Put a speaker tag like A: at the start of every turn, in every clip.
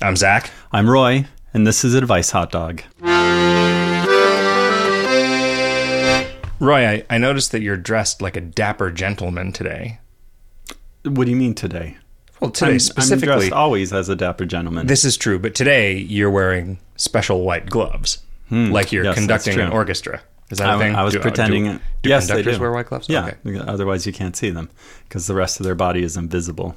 A: I'm Zach.
B: I'm Roy, and this is Advice Hot Dog.
A: Roy, I, I noticed that you're dressed like a dapper gentleman today.
B: What do you mean today?
A: Well, today
B: I'm, I'm
A: specifically.
B: dressed always as a dapper gentleman.
A: this is true, but today you're wearing special white gloves, like you're
B: Hmm. Yes, that's
A: conducting an
B: true.
A: orchestra. Is that a
B: I,
A: thing?
B: I was
A: Do- uh,
B: pretending.
A: Do,
B: it.
A: do
B: yes, they
A: conductors
B: do.
A: wear white gloves?
B: Yeah,
A: Okay.
B: otherwise you can't see them because the rest of their body is invisible.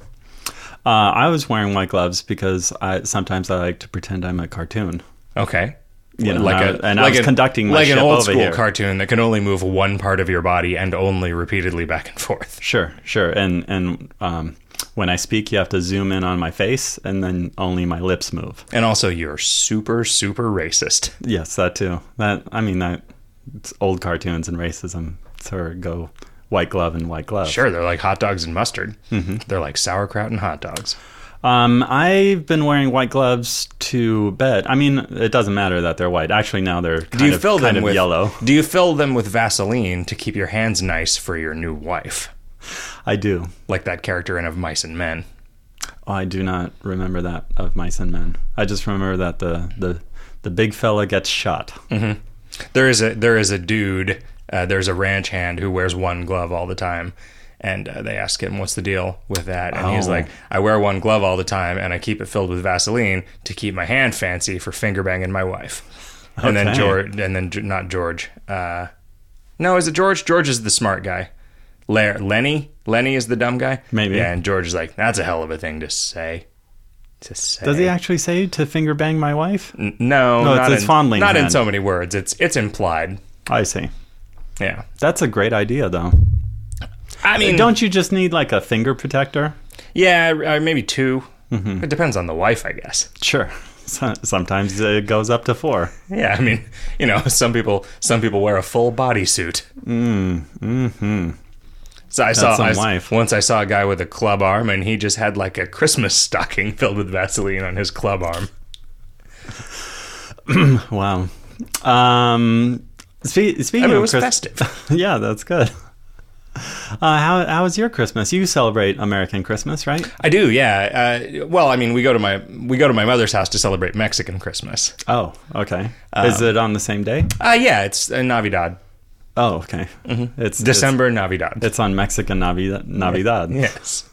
B: Uh, I was wearing white gloves because I sometimes I like to pretend I'm a cartoon.
A: Okay.
B: You know,
A: like
B: and I
A: a
B: was- and I
A: like
B: was
A: an-
B: conducting my
A: like an
B: ship
A: old
B: over
A: school
B: here.
A: cartoon that can only move one part of your body and only repeatedly back and forth.
B: Sure, sure. And and um, when I speak, you have to zoom in on my face, and then only my lips move.
A: And also, you're super super racist.
B: Yes, that too. That I mean that it's old cartoons and racism sort of go white glove and white glove.
A: Sure, they're like hot dogs and mustard.
B: Mm-hmm.
A: They're like sauerkraut and hot dogs.
B: Um, I've been wearing white gloves to bed. I mean, it doesn't matter that they're white. Actually, now they're kind
A: Do you
B: of,
A: fill
B: kind
A: them
B: of
A: with
B: yellow.
A: Do you fill them with Vaseline to keep your hands nice for your new wife,
B: I do.
A: like that character in Of Mice and Men?
B: Oh, I do not remember that of mice and men. I just remember that the the the big fella gets shot.
A: Mm-hmm. There is a there is a dude. Uh, there's a ranch hand who wears one glove all the time, and uh, they ask him what's the deal with that, and he's
B: Oh.
A: like, "I wear one glove all the time, and I keep it filled with Vaseline to keep my hand fancy for finger banging my wife." And then
B: Okay.
A: George, and then Ge- not George. Uh, no, is it George? George is the smart guy. Lar- Lenny, Lenny is the dumb guy.
B: Maybe.
A: Yeah, and George is like, "That's a hell of a thing to say." To say.
B: Does he actually say to finger bang my wife?
A: N- No,
B: No, it's
A: not
B: his
A: in,
B: fondling
A: Not in
B: hand.
A: so many words. It's it's implied.
B: I see.
A: Yeah.
B: That's a great idea, though.
A: I mean,
B: Don't you just need like a finger protector?
A: Yeah, uh, maybe 2
B: Mm-hmm.
A: It depends on the wife, I guess.
B: Sure. So- Sometimes it goes up to four.
A: Yeah, I mean, you know, some people some people wear a full bodysuit. Mm, mm-hmm. So I saw
B: Mm-hmm. some
A: I s-
B: wife.
A: once I saw a guy with a club arm, and he just had like a Christmas stocking filled with Vaseline on his club arm.
B: Wow. Um, spe- speaking
A: I mean,
B: of
A: it was
B: Chris-
A: festive.
B: yeah, that's good. Uh, how how was your Christmas? You celebrate American Christmas, right?
A: I do, yeah. Uh, well, I mean, we go to my we go to my mother's house to celebrate Mexican Christmas.
B: Oh, okay. Is it on the same day?
A: Uh, yeah, it's uh, Navidad,
B: Oh, okay. It's
A: Mm-hmm. December Navidad.
B: It's, it's on Mexican Navidad. Navidad.
A: yes.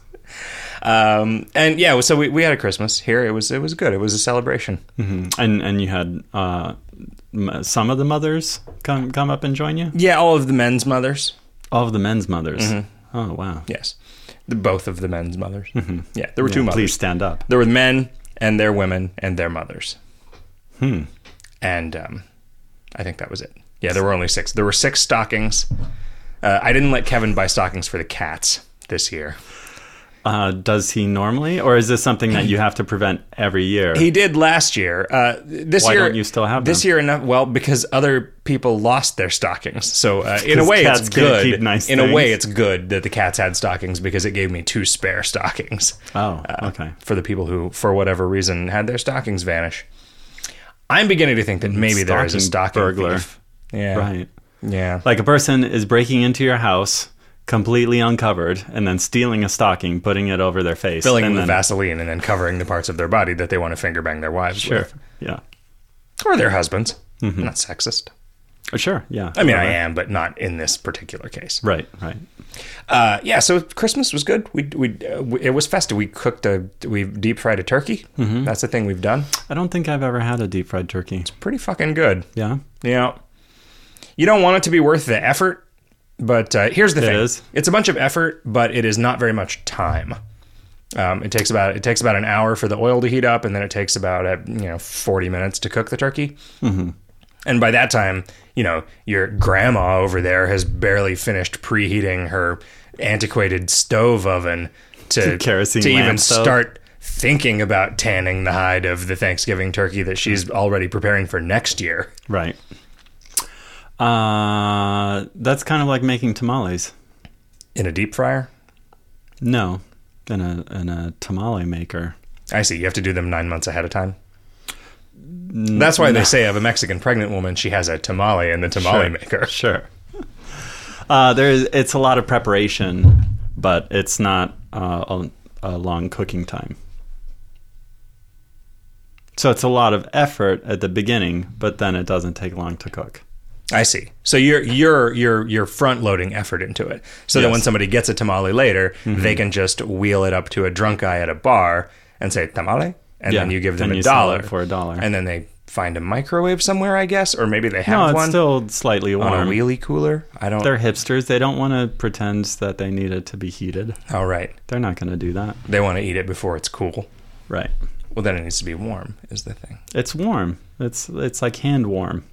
A: Um, and yeah, so we, we had a Christmas here. It was it was good. It was a celebration.
B: Mhm. And and you had uh, m- some of the mothers come come up and join you.
A: Yeah, all of the men's mothers.
B: All of the men's mothers.
A: Mm-hmm.
B: Oh wow.
A: Yes, the, both of the men's mothers. Mm-hmm. Yeah, there were two
B: Yeah,
A: mothers.
B: Please stand up.
A: There were men and their women and their mothers. Hmm. And um, I think that was it. Yeah, there were only six. There were six stockings. Uh, I didn't let Kevin buy stockings for the cats this year.
B: Uh, does he normally, or is this something that you have to prevent every year?
A: He did last year. Uh, this
B: Why
A: year,
B: don't you still have
A: this
B: them?
A: year enough? Well, because other people lost their stockings. So uh, in a
B: 'Cause
A: way, it's
B: cats can't
A: good.
B: keep nice
A: in a way,
B: things.
A: it's good that the cats had stockings because it gave me two spare stockings.
B: oh,
A: Uh,
B: okay.
A: for the people who, for whatever reason, had their stockings vanish. I'm beginning to think that maybe there is a
B: Stocking
A: stocking
B: burglar.
A: thief. Yeah,
B: Right.
A: Yeah,
B: Like a person is breaking into your house completely uncovered and then stealing a stocking, putting it over their face,
A: filling them
B: and
A: with
B: then,
A: Vaseline and then covering the parts of their body that they want to finger bang their wives with,
B: Yeah.
A: or their husbands.
B: Mm-hmm.
A: I'm not sexist.
B: Oh, sure. Yeah.
A: I mean, I am, but not in this particular case.
B: Right. Right.
A: Uh, yeah, so Christmas was good. We we, uh, we it was festive. We cooked a we deep fried a turkey. That's the thing we've done.
B: I don't think I've ever had a deep fried turkey.
A: Pretty fucking good.
B: Yeah.
A: You know, you don't want it to be worth the effort, but uh, here's the thing:
B: is.
A: it's a bunch of effort, but it is not very much time. Um, it takes about it takes about an hour for the oil to heat up, and then it takes about uh, you know forty minutes to cook the turkey. Mm-hmm. And by that time, you know your grandma over there has barely finished preheating her antiquated stove oven to
B: Kerosene
A: to even
B: lamp stove.
A: start thinking about tanning the hide of the Thanksgiving turkey that she's already preparing for next year.
B: Right. Uh, that's kind of like making tamales.
A: In a deep fryer?
B: No, in a in a tamale maker.
A: I see. You have to do them nine months ahead of time. That's why they say of a Mexican pregnant woman, she has a tamale in the tamale maker.
B: Sure. Uh, there is. It's a lot of preparation, but it's not uh, a, a long cooking time. So it's a lot of effort at the beginning, but then it doesn't take long to cook.
A: I see. So you're you're you're you're front loading effort into it, so that
B: Yes. Mm-hmm.
A: when somebody gets a tamale later, they can just wheel it up to a drunk guy at a bar and say tamale, and
B: Yeah.
A: then you give them
B: Then
A: a
B: you sell
A: dollar
B: it for a dollar.
A: and then they find a microwave somewhere, I guess, or maybe they
B: No,
A: have
B: it's
A: one
B: still slightly
A: on a
B: warm.
A: wheelie cooler. I don't.
B: They're hipsters. They don't want to pretend that they need it to be heated.
A: All right,
B: They're not going to do that.
A: they want to eat it before it's cool.
B: Right.
A: Well, then it needs to be warm. Is the thing.
B: It's warm. It's it's like hand warm.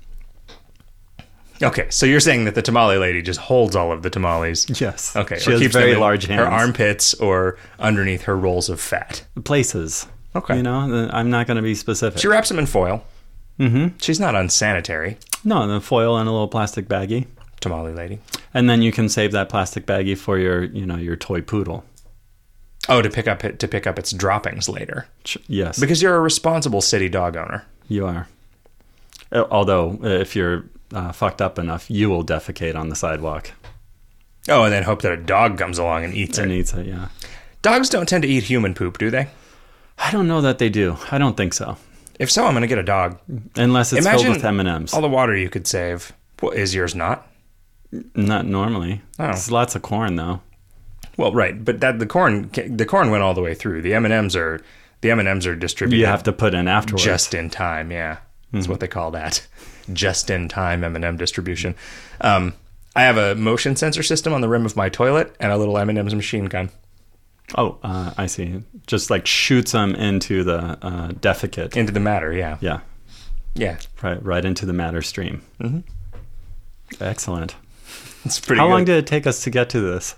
A: Okay, so you're saying that the tamale lady just holds all of the tamales.
B: Yes.
A: Okay,
B: She has
A: them
B: very
A: in
B: large hands.
A: Her armpits or underneath her rolls of fat.
B: places.
A: Okay.
B: You know, the- I'm not going to be specific.
A: She wraps them in foil.
B: Mm-hmm.
A: She's not unsanitary,
B: No, the foil and a little plastic baggie,
A: tamale lady.
B: and then you can save that plastic baggie for your, you know, your toy poodle.
A: Oh, to pick up it, to pick up its droppings later,
B: Ch- Yes,
A: because you're a responsible city dog owner.
B: you are. Uh, Although, uh, if you're uh, fucked up enough, you will defecate on the sidewalk
A: Oh, and then hope that a dog comes along and eats
B: and
A: it.
B: eats it. Yeah.
A: Dogs don't tend to eat human poop, do they?
B: I don't know that they do. I don't think so,
A: If so, I'm going to get a dog.
B: unless it's
A: Imagine
B: filled with M and M's.
A: All the water you could save well, is yours, not?
B: Not normally.
A: Oh.
B: There's lots of corn though.
A: Well, right, but that the corn the corn went all the way through. The M and M's are the M and M's are distributed.
B: You have to put in afterwards.
A: just in time. Yeah, that's what they call that, just in time M&M distribution. Um, I have a motion sensor system on the rim of my toilet and a little M&M's machine gun.
B: oh, uh, I see. Just like shoots them into the uh, defecate.
A: Into the matter, yeah,
B: yeah.
A: yeah.
B: Right, right into the matter stream. Mm-hmm. Excellent.
A: It's pretty.
B: How
A: good.
B: long did it take us to get to this?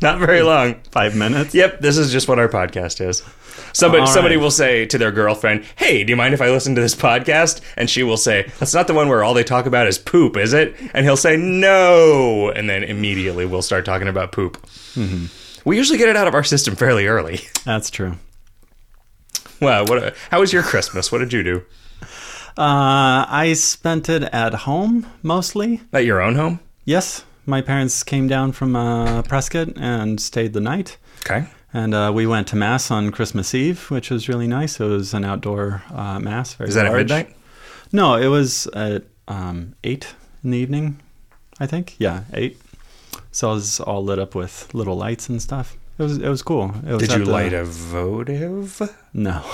A: Not very long.
B: Five minutes?
A: Yep, this is just what our podcast is. Somebody,
B: All right.
A: somebody will say to their girlfriend, "Hey, do you mind if I listen to this podcast?" And she will say, "That's not the one where all they talk about is poop, is it?" And he'll say, "No," and then immediately we'll start talking about poop.
B: Mm-hmm.
A: We usually get it out of our system fairly early.
B: That's true.
A: Wow, what? How was your Christmas? What did you do?
B: Uh, I spent it at home mostly.
A: At your own home?
B: Yes, my parents came down from uh, Prescott and stayed the night.
A: Okay.
B: And uh, we went to Mass on Christmas Eve, which was really nice. It was an outdoor uh, Mass. Very
A: Is that at
B: large.
A: midnight?
B: No, it was at um, eight in the evening, I think. Yeah, eight. So it was all lit up with little lights and stuff. It was it was cool. It was
A: Did
B: at
A: you
B: the-
A: light a votive?
B: No,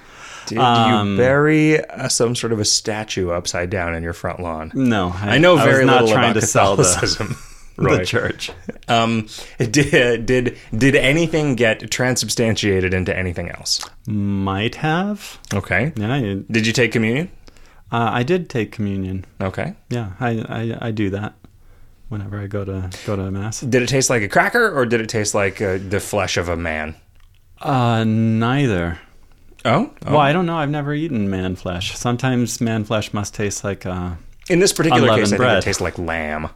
A: Did you
B: Um,
A: bury uh, some sort of a statue upside down in your front lawn?
B: no.
A: I know
B: was
A: very
B: not
A: little
B: trying
A: about
B: to sell the,
A: Catholicism.
B: the church.
A: Um, did, did did anything get transubstantiated into anything else?
B: Might have.
A: Okay.
B: Yeah, you-
A: Did you take communion?
B: uh, I did take communion.
A: Okay.
B: Yeah, I, I I do that whenever I go to go to mass.
A: Did it taste like a cracker, or did it taste like uh, the flesh of a man?
B: Uh, neither.
A: Oh, oh.
B: Well, I don't know. I've never eaten man flesh. Sometimes man flesh must taste like uh,
A: in this particular
B: Unleavened
A: case, I
B: bread.
A: think it tastes like lamb.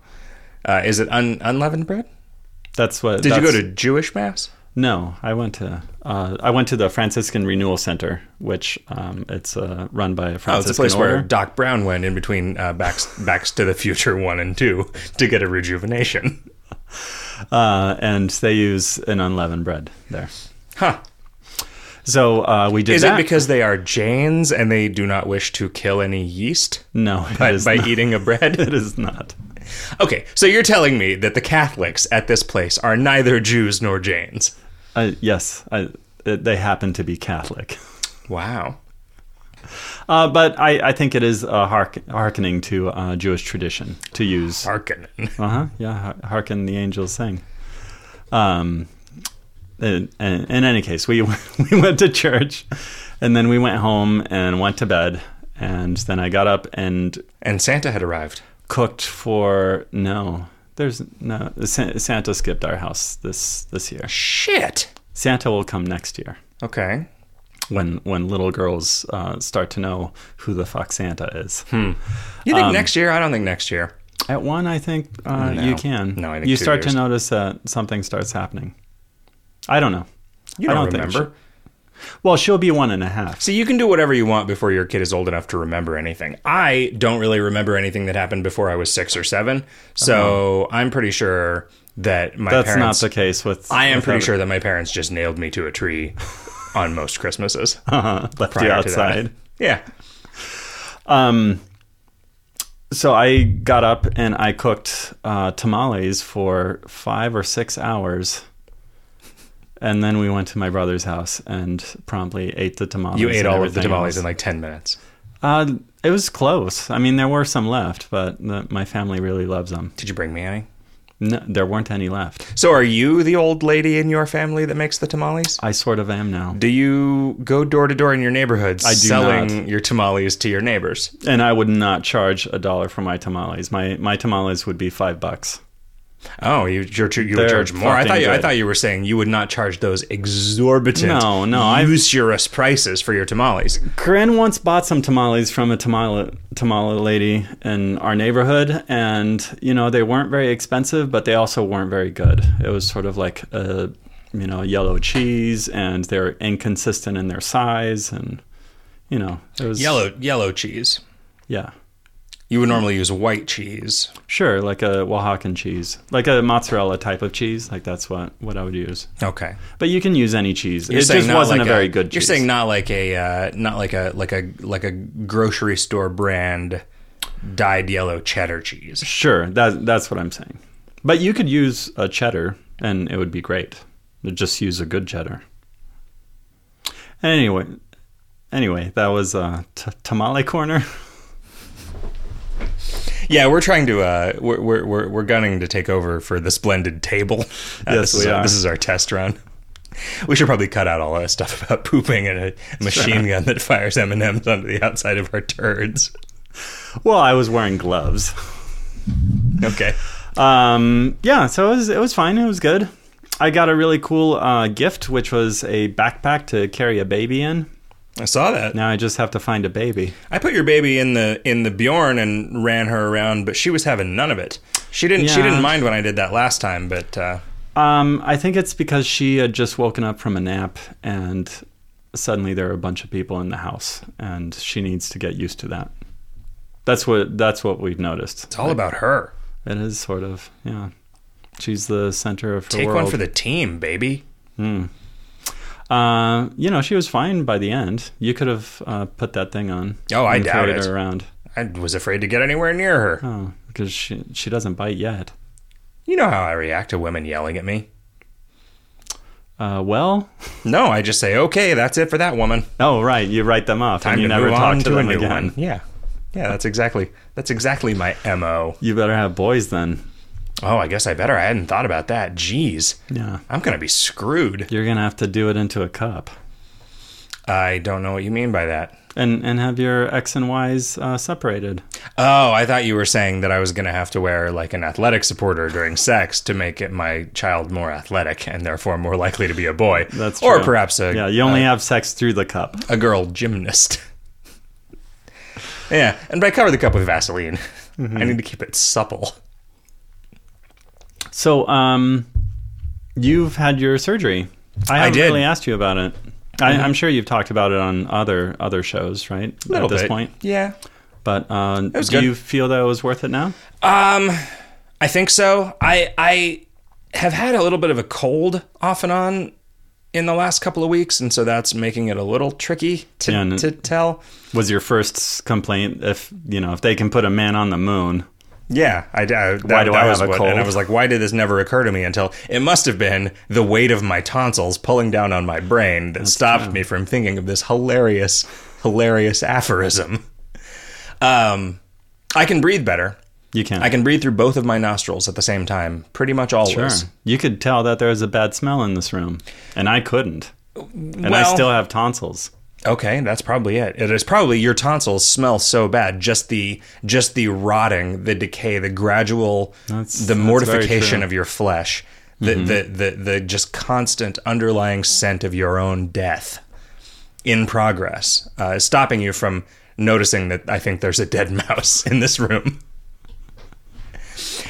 A: Uh, is it un- unleavened bread?
B: that's what.
A: Did you
B: that's-
A: go to Jewish mass?
B: No, I went to uh, I went to the Franciscan Renewal Center, which um, it's uh, run by a
A: Oh, it's
B: Franciscan
A: a place
B: order.
A: where Doc Brown went in between uh, backs, backs to the Future one and two to get a rejuvenation.
B: uh, and they use an unleavened bread there.
A: Huh?
B: So uh, we did
A: Is
B: that.
A: it because they are Jains and they do not wish to kill any yeast
B: no, it
A: by,
B: is
A: by
B: not.
A: eating a bread?
B: It is not.
A: Okay, so you're telling me that the Catholics at this place are neither Jews nor Jains.
B: Uh, yes, I, it, they happen to be Catholic,
A: Wow.
B: uh, but I, I think it is uh, hark- hearkening to uh, Jewish tradition to use.
A: Harkonnen.
B: Uh huh. Yeah. har- Hearken the angels sing. Um, in, in, in any case, we we went to church, and then we went home and went to bed, and then I got up and
A: And Santa had arrived.
B: cooked for no. There's no Sa- Santa skipped our house this this year.
A: Shit.
B: Santa will come next year
A: Okay.
B: when when little girls uh, start to know who the fuck Santa is.
A: You
B: Um,
A: think next year? I don't think next year.
B: At one, I think uh,
A: No.
B: you can.
A: No, I think
B: you
A: two
B: start
A: years.
B: to notice that something starts happening. I don't know.
A: You
B: I
A: don't,
B: don't think
A: remember.
B: she- well, she'll be one and a half.
A: See, you can do whatever you want before your kid is old enough to remember anything. I don't really remember anything that happened before I was six or seven, so I'm pretty sure that my
B: Uh-huh. That's
A: parents.
B: not the case with.
A: I am
B: with
A: pretty
B: every-
A: sure that my parents just nailed me to a tree on most Christmases.
B: Uh-huh. Left you
A: prior to that.
B: outside.
A: Yeah.
B: Um, so I got up and I cooked uh, tamales for five or six hours. And then we went to my brother's house and promptly ate the tamales.
A: You ate
B: and
A: all of the
B: everything
A: tamales
B: else.
A: in like 10 minutes.
B: Uh, it was close. I mean, there were some left, but the, my family really loves them.
A: Did you bring me any?
B: No, there weren't any left.
A: So, are you the old lady in your family that makes the tamales?
B: I sort of am now.
A: Do you go door to door in your neighborhoods
B: do
A: selling your tamales to your neighbors?
B: And I would not charge a dollar for my tamales. My my tamales would be five bucks.
A: Oh, you you, you would
B: They're
A: charge more. I thought
B: fucking
A: you, I
B: good.
A: thought you were saying you would not charge those exorbitant,
B: No, no, I-
A: usurious prices for your tamales.
B: Corinne once bought some tamales from a tamale tamale lady in our neighborhood, and you know they weren't very expensive, but they also weren't very good. It was sort of like a you know yellow cheese, and they're inconsistent in their size, and you know it was
A: Yellow yellow cheese.
B: Yeah,
A: You would normally use white cheese.
B: sure, like a Oaxacan cheese, like a mozzarella type of cheese. Like that's what what I would use.
A: Okay,
B: But you can use any cheese.
A: You're
B: it
A: saying
B: just
A: not
B: wasn't
A: like
B: a very good
A: You're
B: cheese.
A: saying not like a uh, not like a like a like a grocery store brand dyed yellow cheddar cheese.
B: Sure, that that's what I'm saying. But you could use a cheddar, and it would be great. Just use a good cheddar. Anyway, anyway, that was uh, t- tamale corner.
A: Yeah, we're trying to uh, we're, we're we're we're gunning to take over for the splendid table. Uh,
B: Yes,
A: this is
B: we
A: our-
B: are.
A: This is our test run. We should probably cut out all that stuff about pooping and a machine gun that fires M and M's onto the outside of our turds.
B: well, I was wearing gloves.
A: Okay.
B: Um, yeah, so it was it was fine. It was good. I got a really cool uh, gift, which was a backpack to carry a baby in.
A: I saw that.
B: Now I just have to find a baby.
A: I put your baby in the in the Bjorn and ran her around, but she was having none of it. She didn't she
B: Yeah.
A: didn't mind when I did that last time, but uh,
B: Um, I think it's because she had just woken up from a nap and suddenly there are a bunch of people in the house and she needs to get used to that. That's what that's what we've noticed.
A: it's all about her.
B: It is sort of, yeah. She's the center of her
A: Take
B: world.
A: one for the team, baby.
B: uh, you know, she was fine by the end. You could have uh, put that thing on.
A: Oh, I
B: and
A: doubt
B: carried
A: it.
B: her around.
A: I was afraid to get anywhere near her.
B: Oh, because she she doesn't bite yet.
A: You know how I react to women yelling at me.
B: Uh, well,
A: No, I just say, okay, that's it for that woman.
B: oh right, you write them off
A: Time
B: and you
A: to
B: never
A: move
B: talk
A: on
B: to,
A: to, a
B: them
A: new
B: again.
A: one. Yeah, yeah, that's exactly that's exactly my mo.
B: You better have boys then.
A: Oh, I guess I better. I hadn't thought about that. Jeez,
B: Yeah.
A: I'm gonna be screwed.
B: You're gonna have to do it into a cup,
A: I don't know what you mean by that.
B: and and have your X and Y's uh, separated.
A: Oh, I thought you were saying that I was gonna have to wear like an athletic supporter during sex to make it my child more athletic and therefore more likely to be a boy.
B: That's
A: or
B: true.
A: perhaps a
B: yeah. You only have sex through the cup.
A: a girl gymnast. yeah, and but I cover the cup with Vaseline.
B: Mm-hmm.
A: I need to keep it supple.
B: So um, you've had your surgery. I haven't
A: did. Mm-hmm.
B: really asked you about it. I, I'm sure you've talked about it on other other shows, right?
A: Little
B: At this
A: bit.
B: point,
A: yeah.
B: but um, do
A: was good.
B: you feel that it was worth it now?
A: Um, I think so. I I have had a little bit of a cold off and on in the last couple of weeks, and so that's making it a little tricky to
B: Yeah, and-
A: to tell.
B: Was your first s- complaint if you know if they can put a man on the moon?
A: Yeah, I, I that,
B: Why do
A: that
B: I
A: was
B: have a
A: what- And I
B: cold?
A: was like, why did this never occur to me until it must have been the weight of my tonsils pulling down on my brain that stopped me from thinking of this hilarious, hilarious aphorism. Um, I can breathe better.
B: You can't.
A: I can breathe through both of my nostrils at the same time, pretty much always.
B: Sure. You could tell that there was a bad smell in this room, and I couldn't. And I
A: Well-
B: still have tonsils.
A: Okay, that's probably it. It is probably your tonsils smell so bad. Just the just the rotting, the decay, the gradual,
B: That's-
A: the
B: that's
A: mortification
B: very true. Mm-hmm.
A: of your flesh, the, the the the just constant underlying scent of your own death in progress, uh, is stopping you from noticing that I think there's a dead mouse in this room.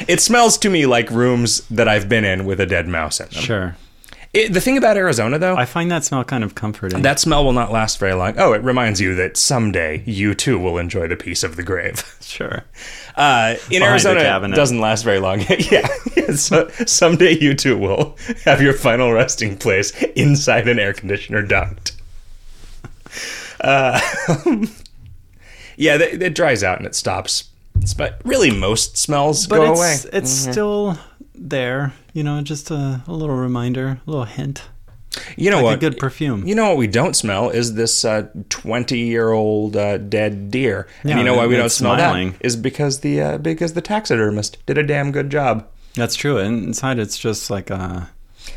A: It smells to me like rooms that I've been in with a dead mouse in them.
B: Sure.
A: It- the thing about Arizona, though,
B: I find that smell kind of comforting.
A: that smell will not last very long. Oh, it reminds you that someday you too will enjoy the peace of the grave.
B: sure.
A: Uh, in
B: the
A: Arizona, it
B: cabinet.
A: doesn't last very long. yeah, Yeah, so, someday you too will have your final resting place inside an air conditioner duct. Uh, Yeah, that, it dries out and it stops. It's- But really, most smells
B: but
A: go
B: it's
A: away.
B: it's still there. You know, just a, a little reminder, a little hint.
A: You know
B: Like
A: what?
B: a good perfume.
A: You know what we don't smell is this uh, twenty-year-old uh, dead deer. and
B: Yeah,
A: you know why we
B: and
A: don't
B: it's
A: smell
B: smiling.
A: that is because the uh, because the taxidermist did a damn good job.
B: That's true. And inside, it's just like a,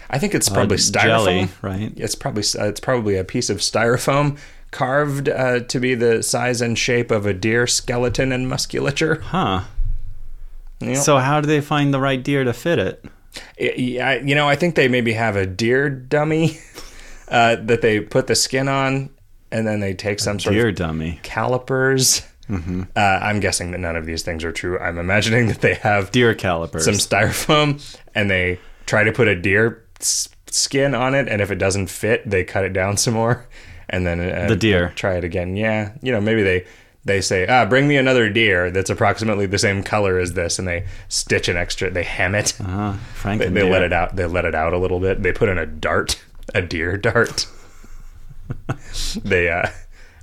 A: I think it's
B: a
A: probably styrofoam.
B: Oh, jelly, right?
A: It's probably uh, it's probably a piece of styrofoam carved uh, to be the size and shape of a deer skeleton and musculature.
B: Huh.
A: Yep.
B: So how do they find the right deer to fit it?
A: Yeah, you know, I think they maybe have a deer dummy uh, that they put the skin on, and then they take some sort
B: Deer
A: of
B: dummy.
A: calipers.
B: Mm-hmm.
A: Uh, I'm guessing that none of these things are true. I'm imagining that they have
B: Deer calipers.
A: some styrofoam, and they try to put a deer s- skin on it, and if it doesn't fit, they cut it down some more, and then uh,
B: The deer.
A: try it again. Yeah, you know, maybe they. They say, ah, bring me another deer that's approximately the same color as this, and they stitch an extra, they hem it.
B: Ah, Frank
A: They, they let it out. They let it out a little bit. They put in a dart, a deer dart. they, uh,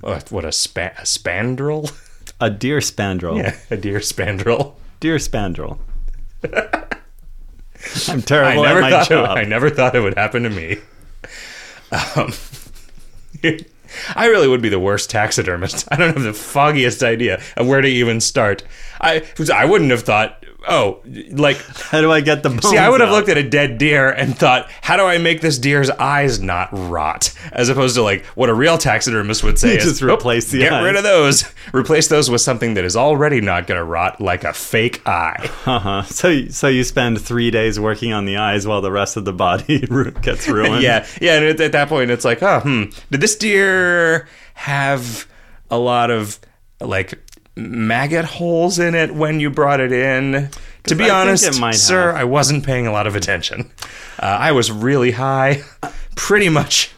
A: oh, what a, spa- a spandrel?
B: A deer spandrel.
A: Yeah, a deer spandrel.
B: Deer spandrel. I'm
A: I
B: terrible
A: never
B: at my
A: thought. It,
B: job.
A: I never thought it would happen to me. Um, I really would be the worst taxidermist. I don't have the foggiest idea of where to even start. I I wouldn't have thought. Oh, like
B: How do I get the bones
A: See, I would have
B: out?
A: looked at a dead deer and thought, how do I make this deer's eyes not rot? As opposed to like what a real taxidermist would say is
B: Just
A: "Nope,
B: replace the
A: get
B: eyes."
A: rid of those. Replace those with something that is already not going to rot, like a fake eye.
B: Uh-huh. So, so you spend three days working on the eyes while the rest of the body ru- gets ruined.
A: yeah, yeah. And at, at that point, it's like, oh, hmm, did this deer have a lot of like maggot holes in it when you brought it in? To be
B: I think
A: honest,
B: it might
A: sir,
B: have.
A: I wasn't paying a lot of attention. Uh, I was really high, pretty much.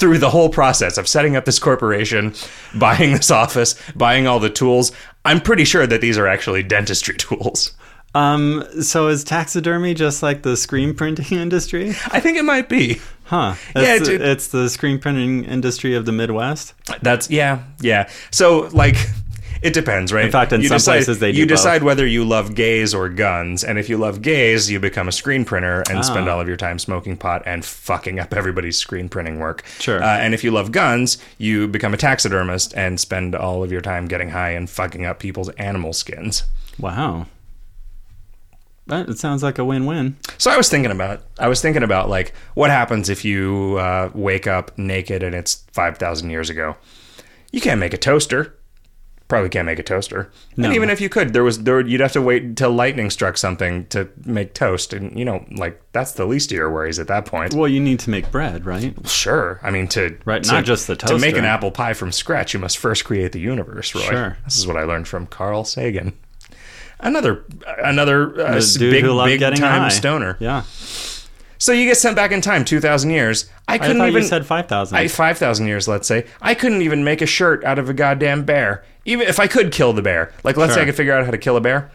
A: Through the whole process of setting up this corporation, buying this office, buying all the tools, I'm pretty sure that these are actually dentistry tools.
B: Um. So is taxidermy just like the screen printing industry?
A: I think it might be.
B: Huh.
A: Yeah,
B: It's,
A: dude.
B: it's the screen printing industry of the Midwest.
A: That's yeah, yeah. So like, it depends, right? In
B: fact, in some places they do
A: you
B: both.
A: decide whether you love gays or guns, and if you love gays, you become a screen printer
B: Ah.
A: and spend all of your time smoking pot and fucking up everybody's screen printing work.
B: Sure.
A: Uh, and if you love guns, you become a taxidermist and spend all of your time getting high and fucking up people's animal skins.
B: Wow. That it sounds like a win-win.
A: So I was thinking about I was thinking about like what happens if you uh, wake up naked and it's five thousand years ago. You can't make a toaster. Probably can't make a toaster. And even if you could, there was there you'd have to wait until lightning struck something to make toast. And you know, like that's the least of your worries at that point.
B: Well, you need to make bread, right?
A: Sure. I mean, to
B: Right,
A: to-
B: not just the
A: to make
B: toaster.
A: an apple pie from scratch, you must first create the universe, Roy.
B: Sure.
A: This is what I learned from Carl Sagan, another another uh,
B: The dude
A: big
B: who loved
A: big
B: getting
A: time
B: high.
A: stoner.
B: Yeah.
A: So you get sent back in time two thousand years. I
B: I
A: couldn't
B: thought
A: even
B: you said five thousand.
A: I- five thousand years, let's say. I couldn't even make a shirt out of a goddamn bear. Even if I could kill the bear, like let's say I
B: Sure.
A: could figure out how to kill a bear,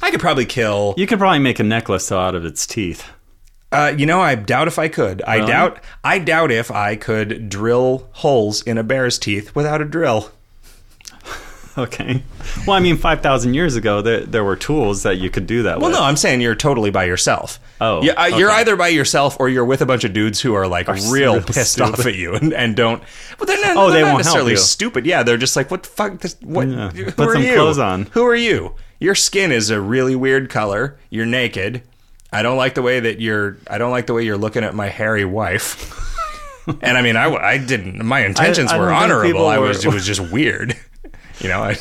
A: I could probably kill.
B: You could probably make a necklace out of its teeth.
A: Uh, you know, I doubt if I could. I doubt. I doubt if I could drill holes in a bear's teeth without a drill.
B: Okay. Well, I mean, five thousand years ago, there there were tools that you could do that
A: Well,
B: with.
A: no, I'm saying you're totally by yourself.
B: Oh,
A: yeah, uh, you're
B: okay.
A: either by yourself or you're with a bunch of dudes who are like real,
B: real
A: pissed
B: stupid.
A: off at you and, and don't. But they're not,
B: Oh,
A: they're
B: they
A: not
B: won't help
A: necessarily
B: you.
A: stupid. Yeah, they're just like, what the fuck? This, what?
B: Yeah,
A: Who
B: put
A: are
B: some
A: you?
B: clothes on.
A: Who are you? Your skin is a really weird color. You're naked. I don't like the way that you're. I don't like the way you're looking at my hairy wife. and I mean, I, w- I didn't. My intentions
B: I
A: were
B: don't think
A: honorable.
B: people
A: I was.
B: were-
A: It
B: Hmm.
A: was just weird. You know. I,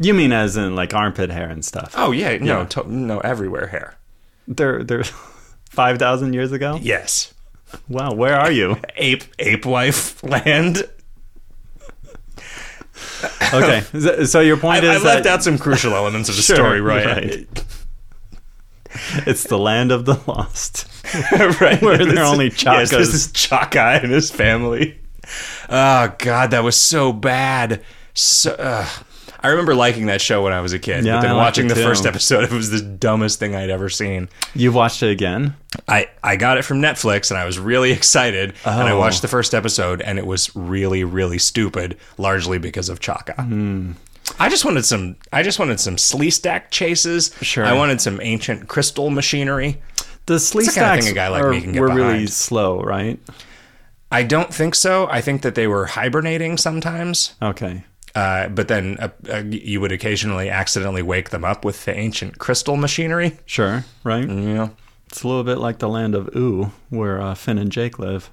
B: You mean as in like armpit hair and stuff?
A: oh yeah. No. To, no. Everywhere hair.
B: They're they're five thousand years ago.
A: Yes.
B: Wow, where are you?
A: ape ape wife land.
B: Okay, so- so your
A: I,
B: point
A: I
B: is
A: left
B: that
A: out some crucial elements of the
B: Sure,
A: story, right?
B: right. it's the land of the lost.
A: right.
B: Where there are only
A: Yes,
B: Chacas.
A: this is Chaka and his family. Oh God, that was so bad. So, uh, I remember liking that show when I was a kid,
B: Yeah,
A: but then
B: I liked
A: watching
B: it
A: the
B: too.
A: first episode, it was the dumbest thing I'd ever seen.
B: You've watched it again?
A: I, I got it from Netflix and I was really excited. And I
B: Oh.
A: watched the first episode and it was really, really stupid, largely because of Chaka.
B: Hmm.
A: I just wanted some I just wanted some slee stack chases.
B: Sure.
A: I wanted some ancient crystal machinery.
B: The sleep
A: the kinda
B: stacks
A: thing a guy like
B: are-
A: me can get
B: were really
A: behind.
B: slow, right?
A: I don't think so. I think that they were hibernating sometimes.
B: Okay.
A: Uh, but then uh, uh, you would occasionally accidentally wake them up with the ancient crystal machinery.
B: Sure, right?
A: You know,
B: It's a little bit like the land of Ooh, where uh, Finn and Jake live.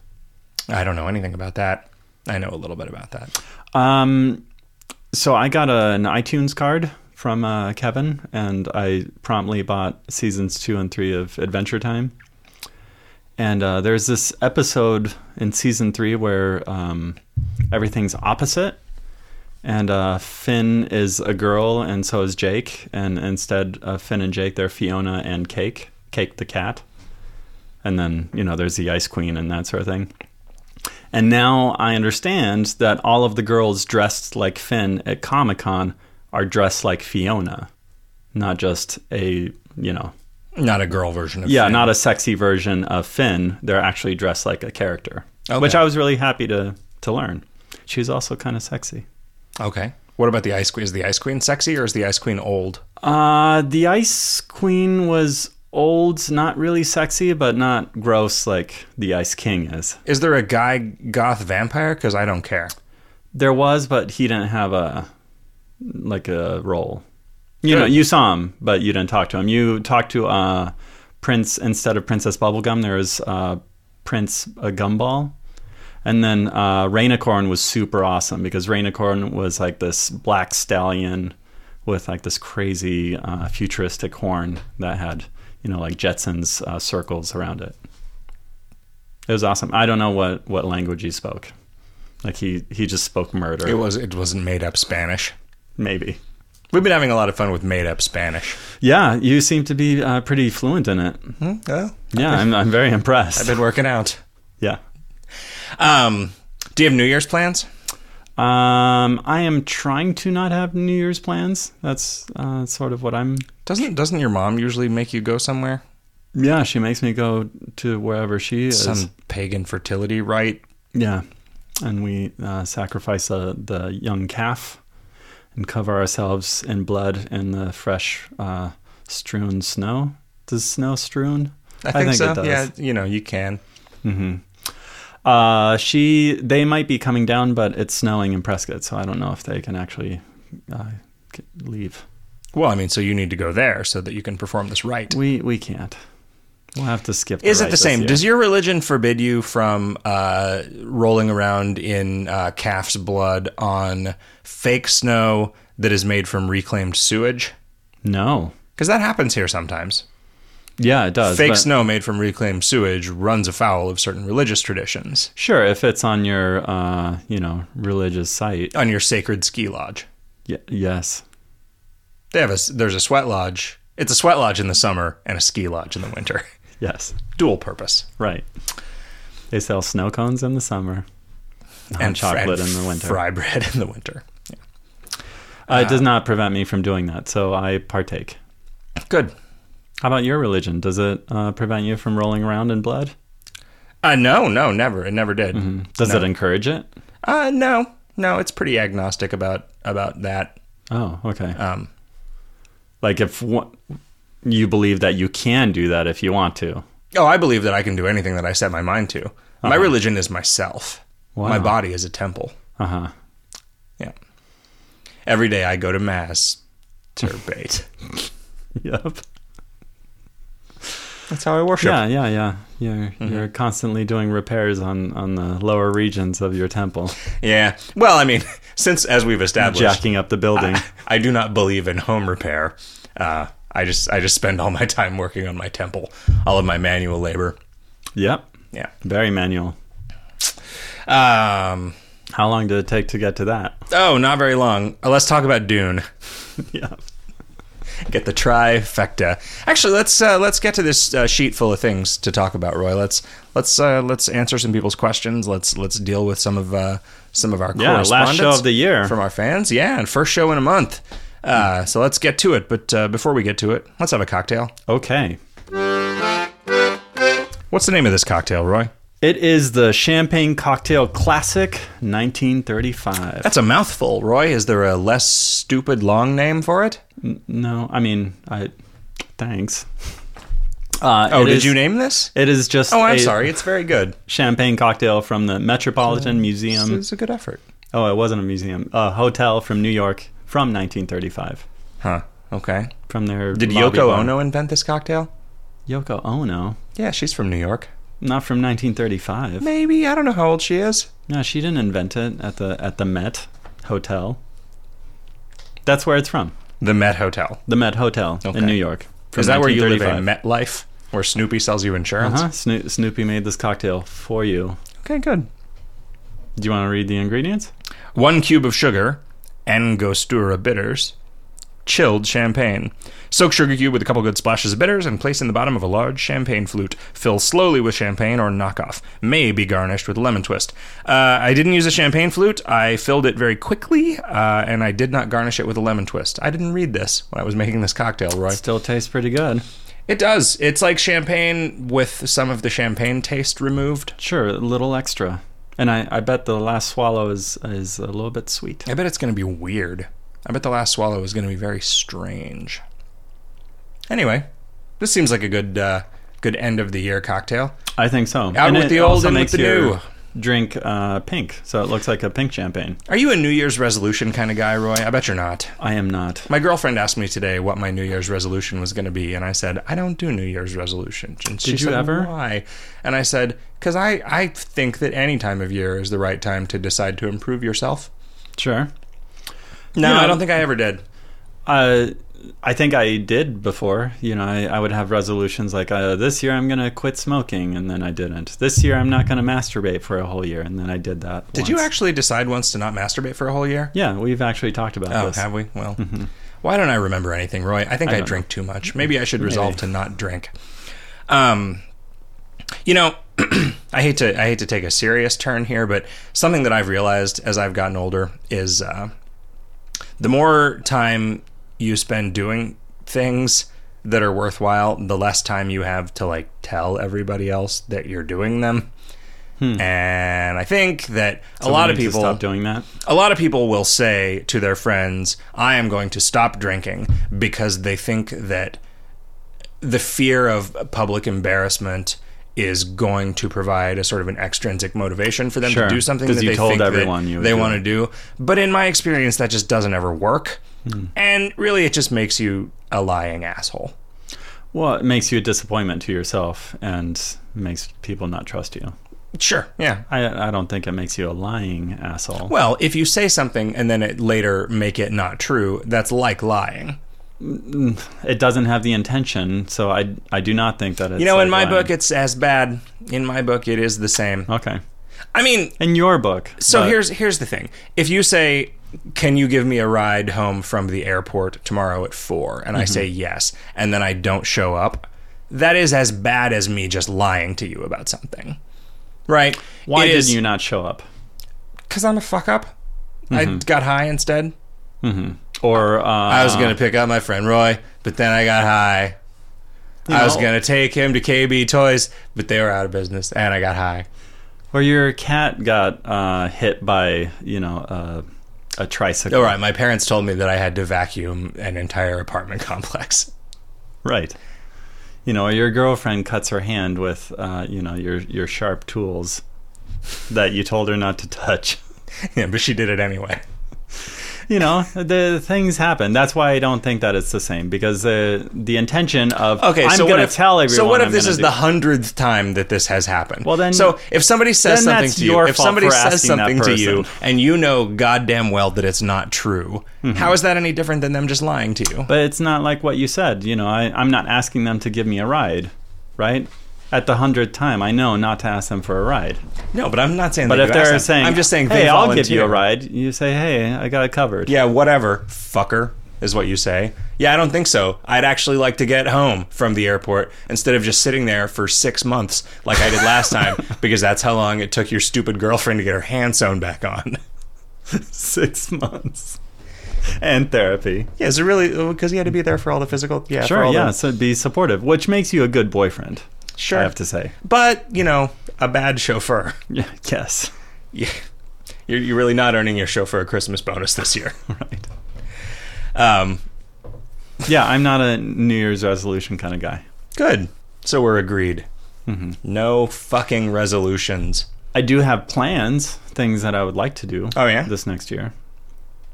A: I don't know anything about that. I know a little bit about that.
B: Um, so I got a, an iTunes card from uh, Kevin, and I promptly bought seasons two and three of Adventure Time. And uh, there's this episode in season three where um, everything's opposite, and uh, Finn is a girl, and so is Jake. And instead of Finn and Jake, they're Fiona and Cake, Cake the cat. And then you know there's the Ice Queen and that sort of thing. And now I understand that all of the girls dressed like Finn at Comic Con are dressed like Fiona, not just a, you know,
A: Not a girl version of
B: yeah,
A: Finn.
B: not a sexy version of Finn. They're actually dressed like a character,
A: Okay.
B: which I was really happy to, to learn. She was also kind of sexy.
A: Okay. What about the ice queen? Is the ice queen sexy or is the ice queen old?
B: Uh, the Ice Queen was old, not really sexy, but not gross like the Ice King is.
A: Is there a guy goth vampire? Because I don't care.
B: There was, but he didn't have a like a role. You know,
A: Good.
B: you saw him, but you didn't talk to him. You talked to uh, Prince instead of Princess Bubblegum. There was uh, Prince a Gumball, and then uh, Rainicorn was super awesome because Rainicorn was like this black stallion with like this crazy uh, futuristic horn that had you know like Jetsons uh, circles around it. It was awesome. I don't know what what language he spoke. Like he he just spoke murder.
A: It was it wasn't made up Spanish.
B: Maybe.
A: We've been having a lot of fun with made up Spanish.
B: Yeah, you seem to be uh, pretty fluent in it.
A: Oh,
B: Yeah, I'm, I'm very
A: I've
B: impressed.
A: been working out.
B: Yeah.
A: Um, do you have New Year's plans?
B: Um, I am trying to not have New Year's plans. That's uh, sort of what I'm.
A: Doesn't doesn't your mom usually make you go somewhere?
B: Yeah, she makes me go to wherever she is.
A: Some pagan fertility rite.
B: Yeah, and we uh, sacrifice uh, the young calf and cover ourselves in blood in the fresh uh, strewn snow. Does snow strewn?
A: I think, so.
B: it does.
A: Yeah, you know, you can.
B: Mm-hmm. Uh, she, they might be coming down, but it's snowing in Prescott, so I don't know if they can actually uh, c- leave.
A: Well, I mean, so you need to go there so that you can perform this rite.
B: We we can't. We'll have to skip.
A: Is it
B: the rite
A: the
B: this
A: same?
B: year.
A: Does your religion forbid you from uh, rolling around in uh, calf's blood on fake snow that is made from reclaimed sewage?
B: no?
A: Because that happens here sometimes.
B: Yeah, it does.
A: Fake
B: but-
A: snow made from reclaimed sewage runs afoul of certain religious traditions
B: Sure, if it's on your uh, you know religious site.
A: on your sacred ski lodge.
B: Y- yes.
A: They have a s- there's a sweat lodge. It's a sweat lodge in the summer and a ski lodge in the winter.
B: Yes.
A: Dual purpose.
B: Right. They sell snow cones in the summer. Hot
A: and fr-
B: chocolate
A: and
B: in the winter.
A: Fry bread in the winter.
B: Uh, it does not prevent me from doing that, so I partake.
A: Good.
B: How about your religion? Does it uh, prevent you from rolling around in blood?
A: Uh, no, no, never. It never did.
B: Does
A: No.
B: it encourage it?
A: Uh, no, no, it's pretty agnostic about about that.
B: Oh, okay.
A: Um,
B: Like if one, you believe that you can do that if you want to.
A: oh, I believe that I can do anything that I set my mind to. My religion is myself.
B: Wow.
A: My body is a temple.
B: Uh huh.
A: Yeah. Every day I go to mass. Turbate.
B: Yep.
A: That's how I worship.
B: Yeah, yeah, yeah. You're
A: Mm-hmm.
B: you're constantly doing repairs on on the lower regions of your temple,
A: Yeah. Well, I mean, since as we've established,
B: jacking up the building.
A: I do not believe in home repair. Uh, I just I just spend all my time working on my temple, all of my manual labor.
B: yep.
A: Yeah.
B: Very manual.
A: Um.
B: How long did it take to get to that?
A: Oh, not very long. Uh, Let's talk about Dune.
B: yeah.
A: get the trifecta. Actually, let's uh, let's get to this uh, sheet full of things to talk about, Roy. Let's let's uh, let's answer some people's questions. Let's let's deal with some of uh, some of our
B: Yeah, last show
A: correspondence
B: of the year. Hmm.
A: from our fans. Yeah, and first show in a month. Uh, so let's get to it. But uh, before we get to it, let's have a cocktail.
B: Okay.
A: What's the name of this cocktail, Roy?
B: It is the Champagne Cocktail Classic 1935.
A: That's a mouthful, Roy. Is there a less stupid long name for it?
B: No, I mean, I thanks. Uh,
A: Oh,
B: it
A: did
B: is-
A: you name this?
B: It is just
A: Oh, I'm
B: a
A: sorry. It's very good.
B: champagne cocktail from the Metropolitan
A: It's,
B: Museum.
A: it's a good effort.
B: Oh, it wasn't a museum. A hotel from New York from 1935.
A: Huh. Okay.
B: From their
A: Did
B: lobby
A: Yoko
B: bar.
A: Ono invent this cocktail?
B: Yoko Ono,
A: Yeah, she's from New York.
B: not from 1935.
A: Maybe. I don't know how old she is.
B: No, she didn't invent it at the at the Met Hotel. That's where it's from.
A: The Met Hotel.
B: The Met Hotel
A: Okay.
B: in New York. from
A: Is that where you live in
B: 1935.
A: MetLife, where Snoopy sells you insurance?
B: Uh-huh. Sno- Snoopy made this cocktail for you.
A: Okay, good.
B: Do you want to read the ingredients?
A: One cube of sugar, Angostura bitters, chilled champagne. Soak sugar cube with a couple good splashes of bitters and place in the bottom of a large champagne flute. Fill slowly with champagne or knockoff. May be garnished with lemon twist. Uh, I didn't use a champagne flute. I filled it very quickly, uh, and I did not garnish it with a lemon twist. I didn't read this when I was making this cocktail, Roy.
B: Still tastes pretty good.
A: It does. It's like champagne with some of the champagne taste removed.
B: Sure, a little extra. And I, I bet the last swallow is is a little bit sweet.
A: I bet it's going to be weird. I bet the last swallow is going to be very strange. Anyway, this seems like a good uh, good end of the year cocktail.
B: I think so. Out
A: with the old, in with the new.
B: Drink uh, pink, so it looks like a pink champagne.
A: Are you a New Year's resolution kind of guy, Roy? I bet you're not.
B: I am not.
A: My girlfriend asked me today what my New Year's resolution was going to be, and I said I don't do New Year's resolutions. And she
B: Did you
A: said,
B: ever?
A: Why? And I said because I I think that any time of year is the right time to decide to improve yourself.
B: Sure.
A: No,
B: You know-
A: I don't think I ever did.
B: Uh, I think I did before. You know, I, I would have resolutions like uh, this year I'm going to quit smoking, and then I didn't. This year I'm not going to masturbate for a whole year, and then I did that.
A: Did you
B: once.
A: actually decide once to not masturbate for a whole year?
B: Yeah, we've actually talked about
A: Oh,
B: this.
A: have we? Well, why don't I remember anything, Roy? I think I,
B: Mm-hmm. don't
A: drink too much. Maybe I should resolve to not drink. Um, you know, I hate to I hate to take a serious turn here, but something that I've realized as I've gotten older is uh, the more time you spend doing things that are worthwhile, the less time you have to like tell everybody else that you're doing them. And I think that a
B: So we
A: lot of
B: need Hmm. to
A: people
B: stop doing that.
A: a lot of people will say to their friends, I am going to stop drinking because they think that the fear of public embarrassment is going to provide a sort of an extrinsic motivation for them
B: Sure,
A: to do something
B: 'cause
A: that
B: you
A: they
B: told
A: think that
B: everyone you would
A: they
B: do
A: want
B: it.
A: to do. But in my experience, that just doesn't ever work.
B: Hmm.
A: And really, it just makes you a lying asshole.
B: Well, it makes you a disappointment to yourself and makes people not trust you.
A: Sure. Yeah.
B: I, I don't think it makes you a lying asshole.
A: Well, if you say something and then it later make it not true, that's like lying.
B: It doesn't have the intention, so I, I do not think that it's.
A: You know, in my
B: like lying.
A: book, it's as bad. In my book, it is the same.
B: Okay.
A: I mean,
B: In your book.
A: so
B: but-
A: here's here's the thing. If you say, "Can you give me a ride home from the airport tomorrow at 4? and I say yes, and then I don't show up, that is as bad as me just lying to you about something, right?
B: Why did you not show up?
A: Because I'm a fuck up. I got high instead. Uh-huh.
B: Or uh,
A: Mm-hmm. I was gonna pick up my friend Roy, but then I got high. I was
B: know-
A: gonna take him to KB Toys, but they were out of business, and I got high.
B: Or your cat got uh, hit by, you know, uh, a tricycle.
A: All Oh, right, my parents told me that I had to vacuum an entire apartment complex.
B: Right. You know, or your girlfriend cuts her hand with, uh, you know, your, your sharp tools that you told her not to touch.
A: yeah, but she did it anyway.
B: You know, the things happen. That's why I don't think that it's the same because the the intention of I'm going to tell everyone.
A: So what if
B: I'm
A: this
B: gonna
A: is
B: do-
A: the hundredth time that this has happened?
B: Well, then-
A: so if somebody says
B: then
A: something
B: that's
A: to you,
B: your
A: if
B: fault
A: somebody
B: for
A: says
B: asking that
A: something to you,
B: person. Mm-hmm.
A: and you know goddamn well that it's not true, how is that any different than them just lying to you?
B: But it's not like what you said. You know, I, I'm not asking them to give me a ride, right? At the hundredth time, I know not to ask them for a ride.
A: no, but I'm not saying.
B: But
A: they
B: if
A: do
B: they're
A: ask them.
B: saying,
A: I'm just saying,
B: hey,
A: they
B: I'll give you
A: volunteer.
B: a ride, you say, hey, I got it covered.
A: Yeah, whatever, fucker. is what you say. Yeah, I don't think so. I'd actually like to get home from the airport instead of just sitting there for six months like I did last time, because that's how long it took your stupid girlfriend to get her hand sewn back on.
B: Six months. And therapy.
A: Yeah, is it really because you had to be there for all the physical? Yeah, for
B: Sure,
A: all the-
B: yeah. so be supportive, which makes you a good boyfriend.
A: Sure.
B: I have to say.
A: but you know, a bad chauffeur.
B: Yeah, yes.
A: Yeah. You're, you're really not earning your chauffeur Christmas bonus this year.
B: Right.
A: Um,
B: Yeah, I'm not a New Year's resolution kind of guy.
A: good. So we're agreed. Mm-hmm. No fucking resolutions.
B: I do have plans, things that I would like to do
A: Oh, yeah?
B: this next year.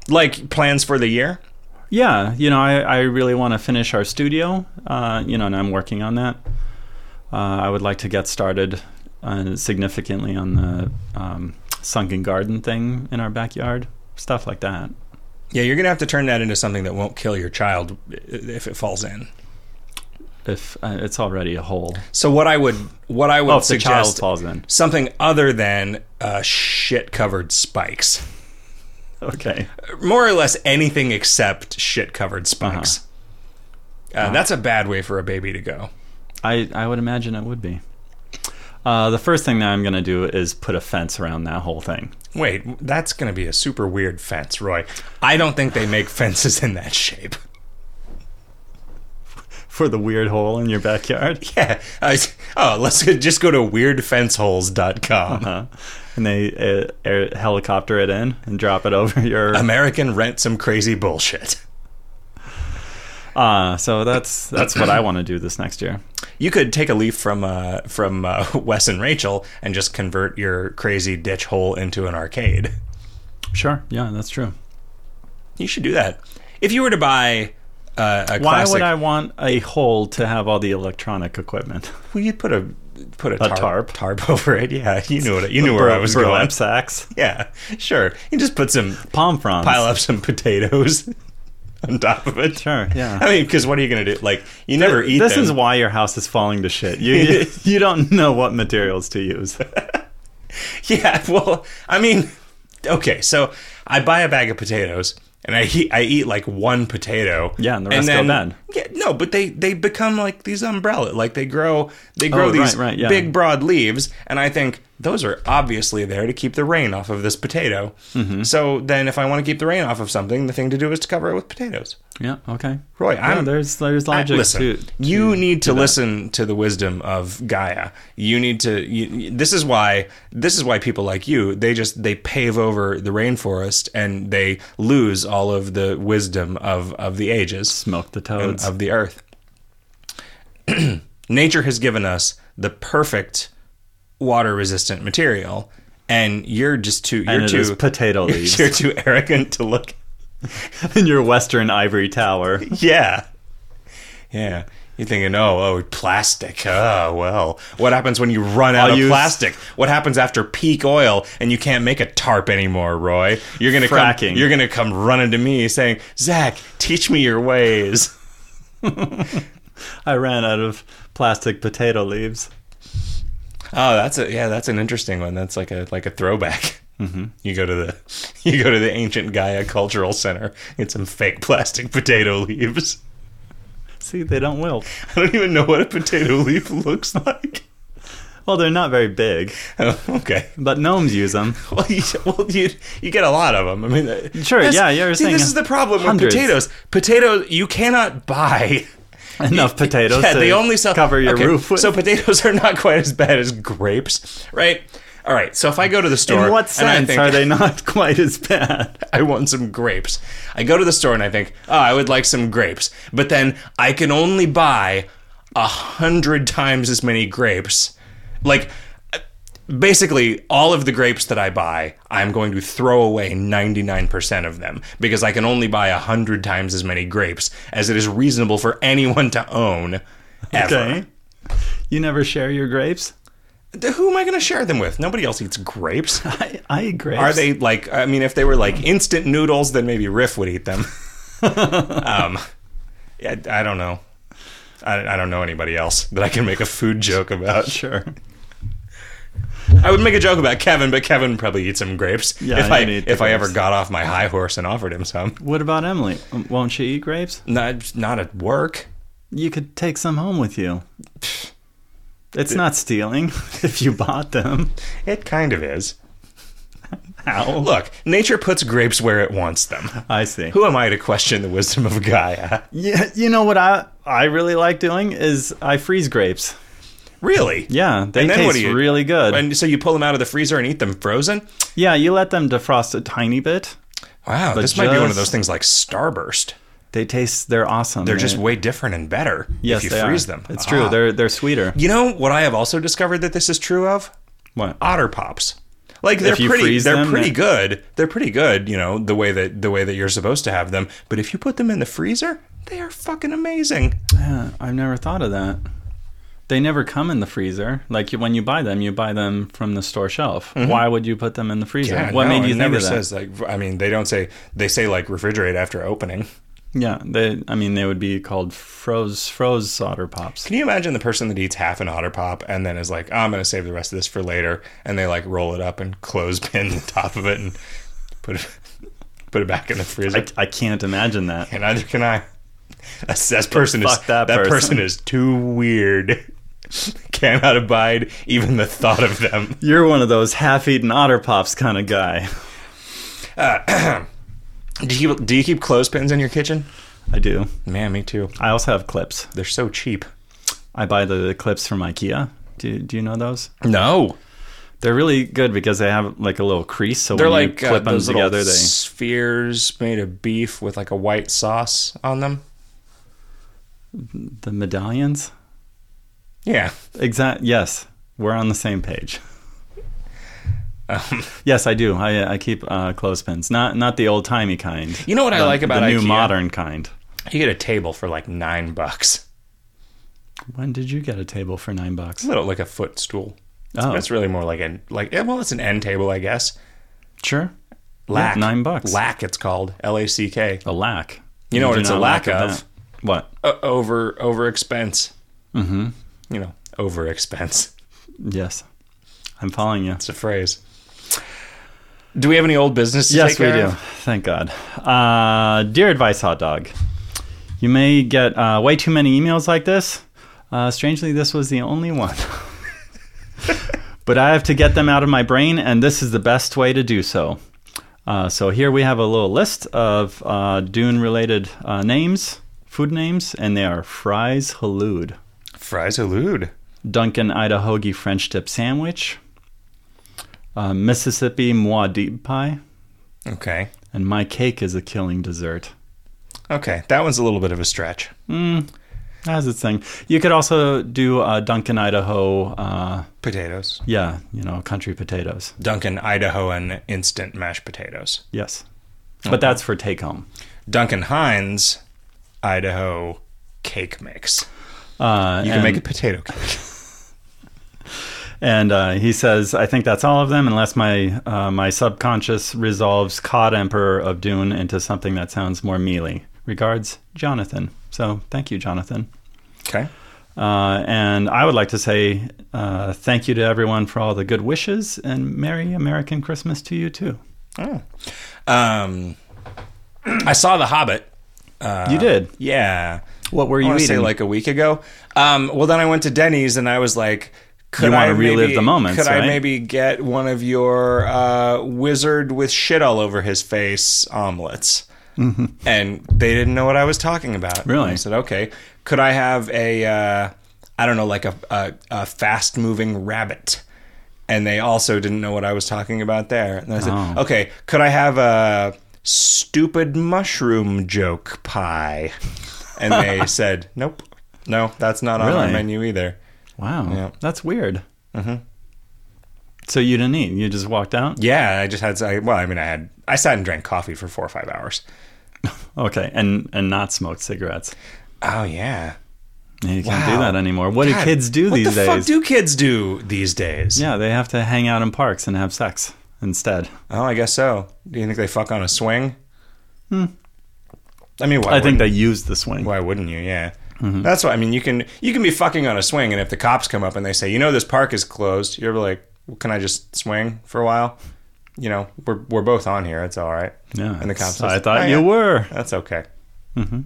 A: Like plans for the year?
B: Yeah, you know, I, I really want to finish our studio, uh, you know, and I'm working on that. Uh, I would like to get started uh, significantly on the um, sunken garden thing in our backyard, stuff like that.
A: Yeah, you're going to have to turn that into something that won't kill your child i- if it falls in.
B: If uh, it's already a hole,
A: So what I would what I would
B: oh, if the child
A: suggest
B: falls in,
A: something other than uh, shit covered spikes.
B: okay,
A: More or less anything except shit covered spikes. Uh,
B: Uh-huh.
A: That's a bad way for a baby to go.
B: I I would imagine it would be. Uh, the first thing that I'm going to do is put a fence around that whole thing.
A: Wait, that's going to be a super weird fence, Roy. I don't think they make fences in that shape.
B: for the weird hole in your backyard.
A: Yeah. I oh, let's go- just go to weirdfenceholes.com.
B: Uh, and they uh, air, helicopter it in and drop it over your.
A: American rent some crazy bullshit.
B: Uh, so that's that's what I want to do this next year.
A: You could take a leaf from uh, from uh, Wes and Rachel and just convert your crazy ditch hole into an arcade.
B: Sure. Yeah, that's true.
A: You should do that. If you were to buy uh, a
B: Why
A: classic,
B: would I want a hole to have all the electronic equipment?
A: Well, you'd put a put a,
B: tarp.
A: tarp over it. Yeah, you knew it. You knew where I was
B: Burlap
A: going.
B: sacks,
A: Yeah, sure. You just put some
B: palm fronds.
A: pile up some potatoes on top of it.
B: Sure. Yeah.
A: I mean, because what are you going to do? Like, you never eat
B: this
A: them.
B: is why your house is falling to shit. You, you you don't know what materials to use.
A: yeah. Well, I mean, okay. So I buy a bag of potatoes and I he- I eat like one potato.
B: Yeah, and the rest go bad.
A: Yeah, no, but they they become like these umbrella. Like they grow they grow
B: Oh,
A: these
B: right, right, yeah.
A: big broad leaves, and I think those are obviously there to keep the rain off of this potato.
B: Mm-hmm.
A: So then, if I want to keep the rain off of something, the thing to do is to cover it with potatoes.
B: Yeah. Okay.
A: Roy,
B: Yeah,
A: I'm
B: there's there's
A: I-
B: logic
A: listen,
B: to
A: you need to listen to the wisdom of Gaia. You need to. You, you- this is why. This is why people like you. They just they pave over the rainforest and they lose all of the wisdom of of the ages
B: smoke the toads.
A: of the earth. Nature has given us the perfect water resistant material, and you're just too. You're
B: and it
A: too.
B: is potato leaves
A: you're too arrogant to look.
B: in your Western ivory tower.
A: Yeah. Yeah. You're thinking, oh, oh, plastic. Oh, well. What happens when you run out
B: I'll
A: of
B: use-
A: plastic? What happens after peak oil and you can't make a tarp anymore, Roy? You're gonna
B: Fracking.
A: come. You're gonna come running to me saying, Zach, teach me your ways.
B: I ran out of plastic potato leaves.
A: Oh, that's a yeah, that's an interesting one. That's like a like a throwback. Mm-hmm. You go to the you go to the ancient Gaia Cultural Center. Get some fake plastic potato leaves.
B: See, they don't wilt.
A: I don't even know what a potato leaf looks like.
B: Well, they're not very big,
A: Oh, okay.
B: but gnomes use them.
A: Well, you, well, you you get a lot of them. I mean, uh,
B: Sure,
A: that's-
B: yeah, you're
A: see,
B: saying
A: this is the problem
B: hundreds.
A: with potatoes. Potatoes you cannot buy
B: Enough potatoes
A: Yeah,
B: to
A: they only sell
B: cover your
A: okay,
B: roof with.
A: So potatoes are not quite as bad as grapes, right? All right. So if I go to the store,
B: in what
A: and I
B: sense
A: think,
B: are they not quite as bad?
A: I want some grapes. I go to the store and I think, oh, I would like some grapes, but then I can only buy a hundred times as many grapes, like. Basically, all of the grapes that I buy, I'm going to throw away 99% of them because I can only buy 100 times as many grapes as it is reasonable for anyone to own ever.
B: Okay. You never share your grapes?
A: Th- Who am I going to share them with? Nobody else eats grapes.
B: I, I eat grapes.
A: Are they like? I mean, if they were like instant noodles, then maybe Riff would eat them. um, yeah, I don't know. I, I don't know anybody else that I can make a food joke about.
B: Sure.
A: I would make a joke about Kevin, but Kevin would probably eat some grapes
B: Yeah,
A: if
B: I
A: I
B: didn't eat the
A: if I ever
B: grapes.
A: got off my high horse and offered him some.
B: What about Emily? Um, Won't she eat grapes?
A: Not not at work.
B: You could take some home with you. It's not stealing if you bought them.
A: It kind of is.
B: How?
A: Look, nature puts grapes where it wants them.
B: I see.
A: Who am I to question the wisdom of Gaia?
B: Yeah, you know what I I really like doing is I freeze grapes.
A: Really?
B: Yeah, they
A: And then what
B: taste
A: do you-
B: really good.
A: And so you pull them out of the freezer and eat them frozen?
B: yeah, you let them defrost a tiny bit.
A: Wow, this might be one of
B: just-
A: those things like Starburst.
B: They taste they're awesome.
A: They're just way different and better
B: yes,
A: if
B: they
A: you freeze
B: are.
A: them.
B: It's
A: Ah.
B: true. They're they're sweeter.
A: You know what I have also discovered that this is true of?
B: What?
A: Otter Pops. Like they're
B: If you
A: pretty
B: freeze
A: they're
B: them,
A: pretty
B: then-
A: good. They're pretty good, you know, the way that the way that you're supposed to have them, but if you put them in the freezer, they are fucking amazing.
B: Yeah, I've never thought of that. They never come in the freezer. Like you- when you buy them, you buy them from the store shelf. Why would you put them in the freezer?
A: Mm-hmm. Yeah, no,
B: what made you
A: it
B: think
A: never
B: of that?
A: says like I mean, they don't say they say like refrigerate after opening.
B: yeah, they. I mean, they would be called froze froze solder pops.
A: Can you imagine the person that eats half an otter pop and then is like, "Oh, I'm going to save the rest of this for later, and they like roll it up and clothespin the top of it and put it put it back in the freezer?
B: I, I can't imagine that.
A: and neither can I. That's, that person is
B: Fuck that person.
A: person is too weird. Cannot abide even the thought of them.
B: You're one of those half-eaten otter pops kind of guy.
A: Do you do you keep clothespins in your kitchen?
B: I do.
A: Man, me too.
B: I also have clips.
A: They're so cheap.
B: I buy the, the clips from IKEA. Do, do you know those?
A: No,
B: They're really good because they have like a little crease. So
A: they're
B: when
A: like
B: you
A: uh,
B: clip them
A: those
B: together,
A: little
B: they
A: spheres made of beef with like a white sauce on them.
B: the medallions.
A: Yeah.
B: Exact. Yes, we're on the same page.
A: Um,
B: yes, I do. I, I keep uh, clothespins, not not the old timey kind.
A: You know what I
B: The-
A: like about
B: the new
A: IKEA?
B: modern kind.
A: You get a table for like nine bucks.
B: When did you get a table for nine bucks?
A: It's a little like a footstool.
B: Oh.
A: That's really more like an like eh, well, it's an end table, I guess.
B: Sure,
A: Lack
B: Yeah, nine bucks.
A: Lack, it's called L A C K.
B: a lack.
A: You know what
B: do
A: it's a
B: not
A: lack of?
B: that. What?
A: O- Over over expense. Mm-hmm. You know, over expense.
B: Yes, I'm following you.
A: It's a phrase. Do we have any old business? To
B: Yes,
A: take
B: we
A: care
B: do.
A: of?
B: Thank God. Uh, dear Advice Hot Dog, you may get uh, way too many emails like this. Uh, strangely, this was the only one. but I have to get them out of my brain, and this is the best way to do so. Uh, so here we have a little list of uh, Dune related uh, names, food names, and they are Fries Halud,
A: Fries elude.
B: Duncan Idahogi French Dip Sandwich, uh, Mississippi Moi Deep Pie.
A: Okay.
B: And my cake is a killing dessert.
A: Okay. That one's a little bit of a stretch.
B: That has its thing. You could also do uh, Duncan, Idaho. Uh,
A: Potatoes.
B: yeah, you know, country potatoes.
A: Duncan Idahoan instant mashed potatoes.
B: Yes, but that's for take home.
A: Duncan Hines Idaho cake mix.
B: Uh,
A: You can
B: and,
A: make a potato cake.
B: And uh, he says, I think that's all of them, unless my uh, my subconscious resolves Cod Emperor of Dune into something that sounds more mealy. Regards, Jonathan. So thank you, Jonathan.
A: Okay.
B: Uh, and I would like to say uh, thank you to everyone for all the good wishes and Merry American Christmas to you too.
A: Oh. Um, I saw The Hobbit. Uh,
B: You did.
A: Yeah.
B: What were
A: I
B: you
A: wanna
B: eating?
A: say like a week ago. Um, well, then I went to Denny's and I was like, could
B: You wanna
A: I
B: relive
A: maybe-
B: the moments,
A: Could I
B: right?
A: maybe get one of your uh, wizard with shit all over his face omelets? And they didn't know what I was talking about.
B: Mm-hmm. Really?
A: I said, okay. Could I have a, uh, I don't know, like a, a, a fast moving rabbit? And they also didn't know what I was talking about there. And I said,
B: Oh.
A: okay, could I have a stupid mushroom joke pie? And they said, nope. No, that's not on our
B: Really?
A: menu either.
B: Wow,
A: Yeah. Mm-hmm.
B: that's weird. So you didn't eat? You just walked out?
A: Yeah, I just had, I, well, I mean, I had, I sat and drank coffee for four or five hours.
B: Okay, and and not smoked cigarettes.
A: Oh, yeah.
B: Yeah, You can't do
A: Wow.
B: that anymore. What do
A: God,
B: kids do
A: what
B: these
A: the
B: days?
A: fuck do kids do these days?
B: yeah, they have to hang out in parks and have sex instead.
A: Oh, I guess so. Do you think they fuck on a swing? Hmm. I mean, why
B: I think Mm-hmm.
A: wouldn't-
B: they use the swing.
A: Why wouldn't you? Yeah. That's why I mean you can you can be fucking on a swing and if the cops come up and they say, "You know this park is closed." You're like, can I just swing for a while? You know, we're we're both on here. It's all right.
B: Yeah. Mm-hmm.
A: And the cop
B: it's-
A: says,
B: I thought
A: "Oh,
B: you
A: yeah."
B: were.
A: That's okay. Because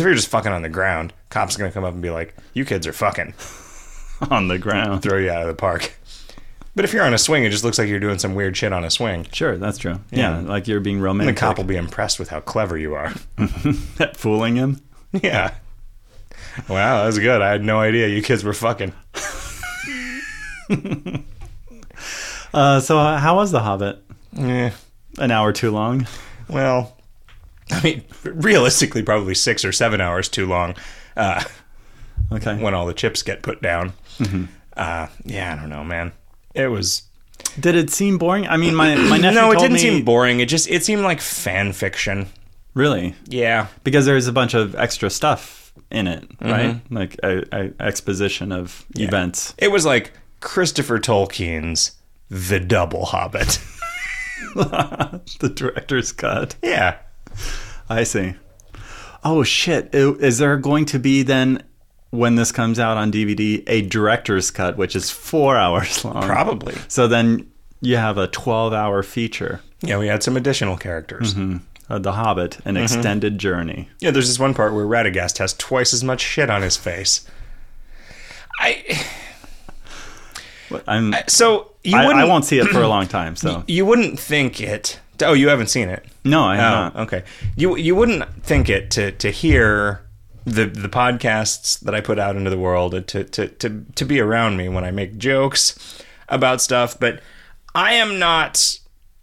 A: if you're just fucking on the ground, cops are gonna come up and be like, "You kids are fucking,"
B: on the ground.
A: throw you out of the park. But if you're on a swing, it just looks like you're doing some weird shit on a swing.
B: Sure, that's true. Yeah, like you're being romantic.
A: The cop will be impressed with how clever you are.
B: at fooling him.
A: yeah. Wow, that was good. I had no idea you kids were fucking.
B: Uh, so uh, how was The Hobbit?
A: Yeah.
B: An hour too long.
A: Well, I mean, realistically, probably six or seven hours too long uh,
B: Okay.
A: when all the chips get put down. Uh, yeah, I don't know, man. It was
B: Did it seem boring? I mean, my my nephew
A: no, it
B: told
A: didn't
B: me-
A: seem boring. It just it seemed like fan fiction.
B: really
A: Yeah,
B: because there's a bunch of extra stuff in it,
A: Mm-hmm.
B: right? Like a, a exposition of events.
A: it was like Christopher Tolkien's The Double Hobbit.
B: the director's cut.
A: yeah,
B: I see. Oh shit! I- Is there going to be then? When this comes out on DVD, a director's cut, which is four hours long.
A: probably.
B: So then you have a 12 hour feature.
A: Yeah, we had some additional characters.
B: Uh, the Hobbit, an
A: Mm-hmm.
B: extended journey.
A: Yeah, there's this one part where Radagast has twice as much shit on his face. I
B: I'm,
A: so you
B: I,
A: wouldn't
B: I won't see it for a long time. So
A: you wouldn't think it. Oh, you haven't seen it.
B: no, I have
A: Oh,
B: not.
A: okay. You you wouldn't think it to to hear the the podcasts that I put out into the world and to to to to be around me when I make jokes about stuff, but I am not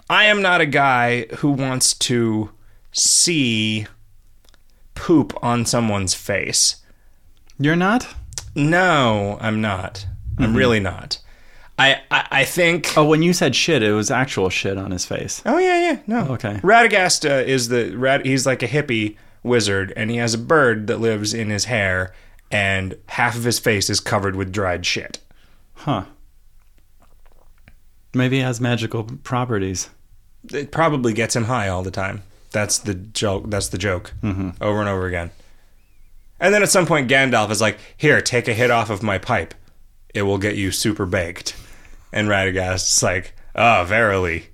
A: I am not a guy who wants to see poop on someone's face.
B: You're not.
A: No, I'm not. I'm really not. I I, I think
B: Oh, when you said shit, it was actual shit on his face.
A: Oh yeah, yeah, no.
B: Okay.
A: Radagasta is the rad. He's like a hippie wizard, and he has a bird that lives in his hair, and half of his face is covered with dried shit.
B: Huh. Maybe it has magical properties.
A: It probably gets him high all the time. That's the joke. That's the joke, mm-hmm. over and over again. And then at some point, Gandalf is like, "Here, take a hit off of my pipe. It will get you super baked." And Radagast's like, "Ah, verily,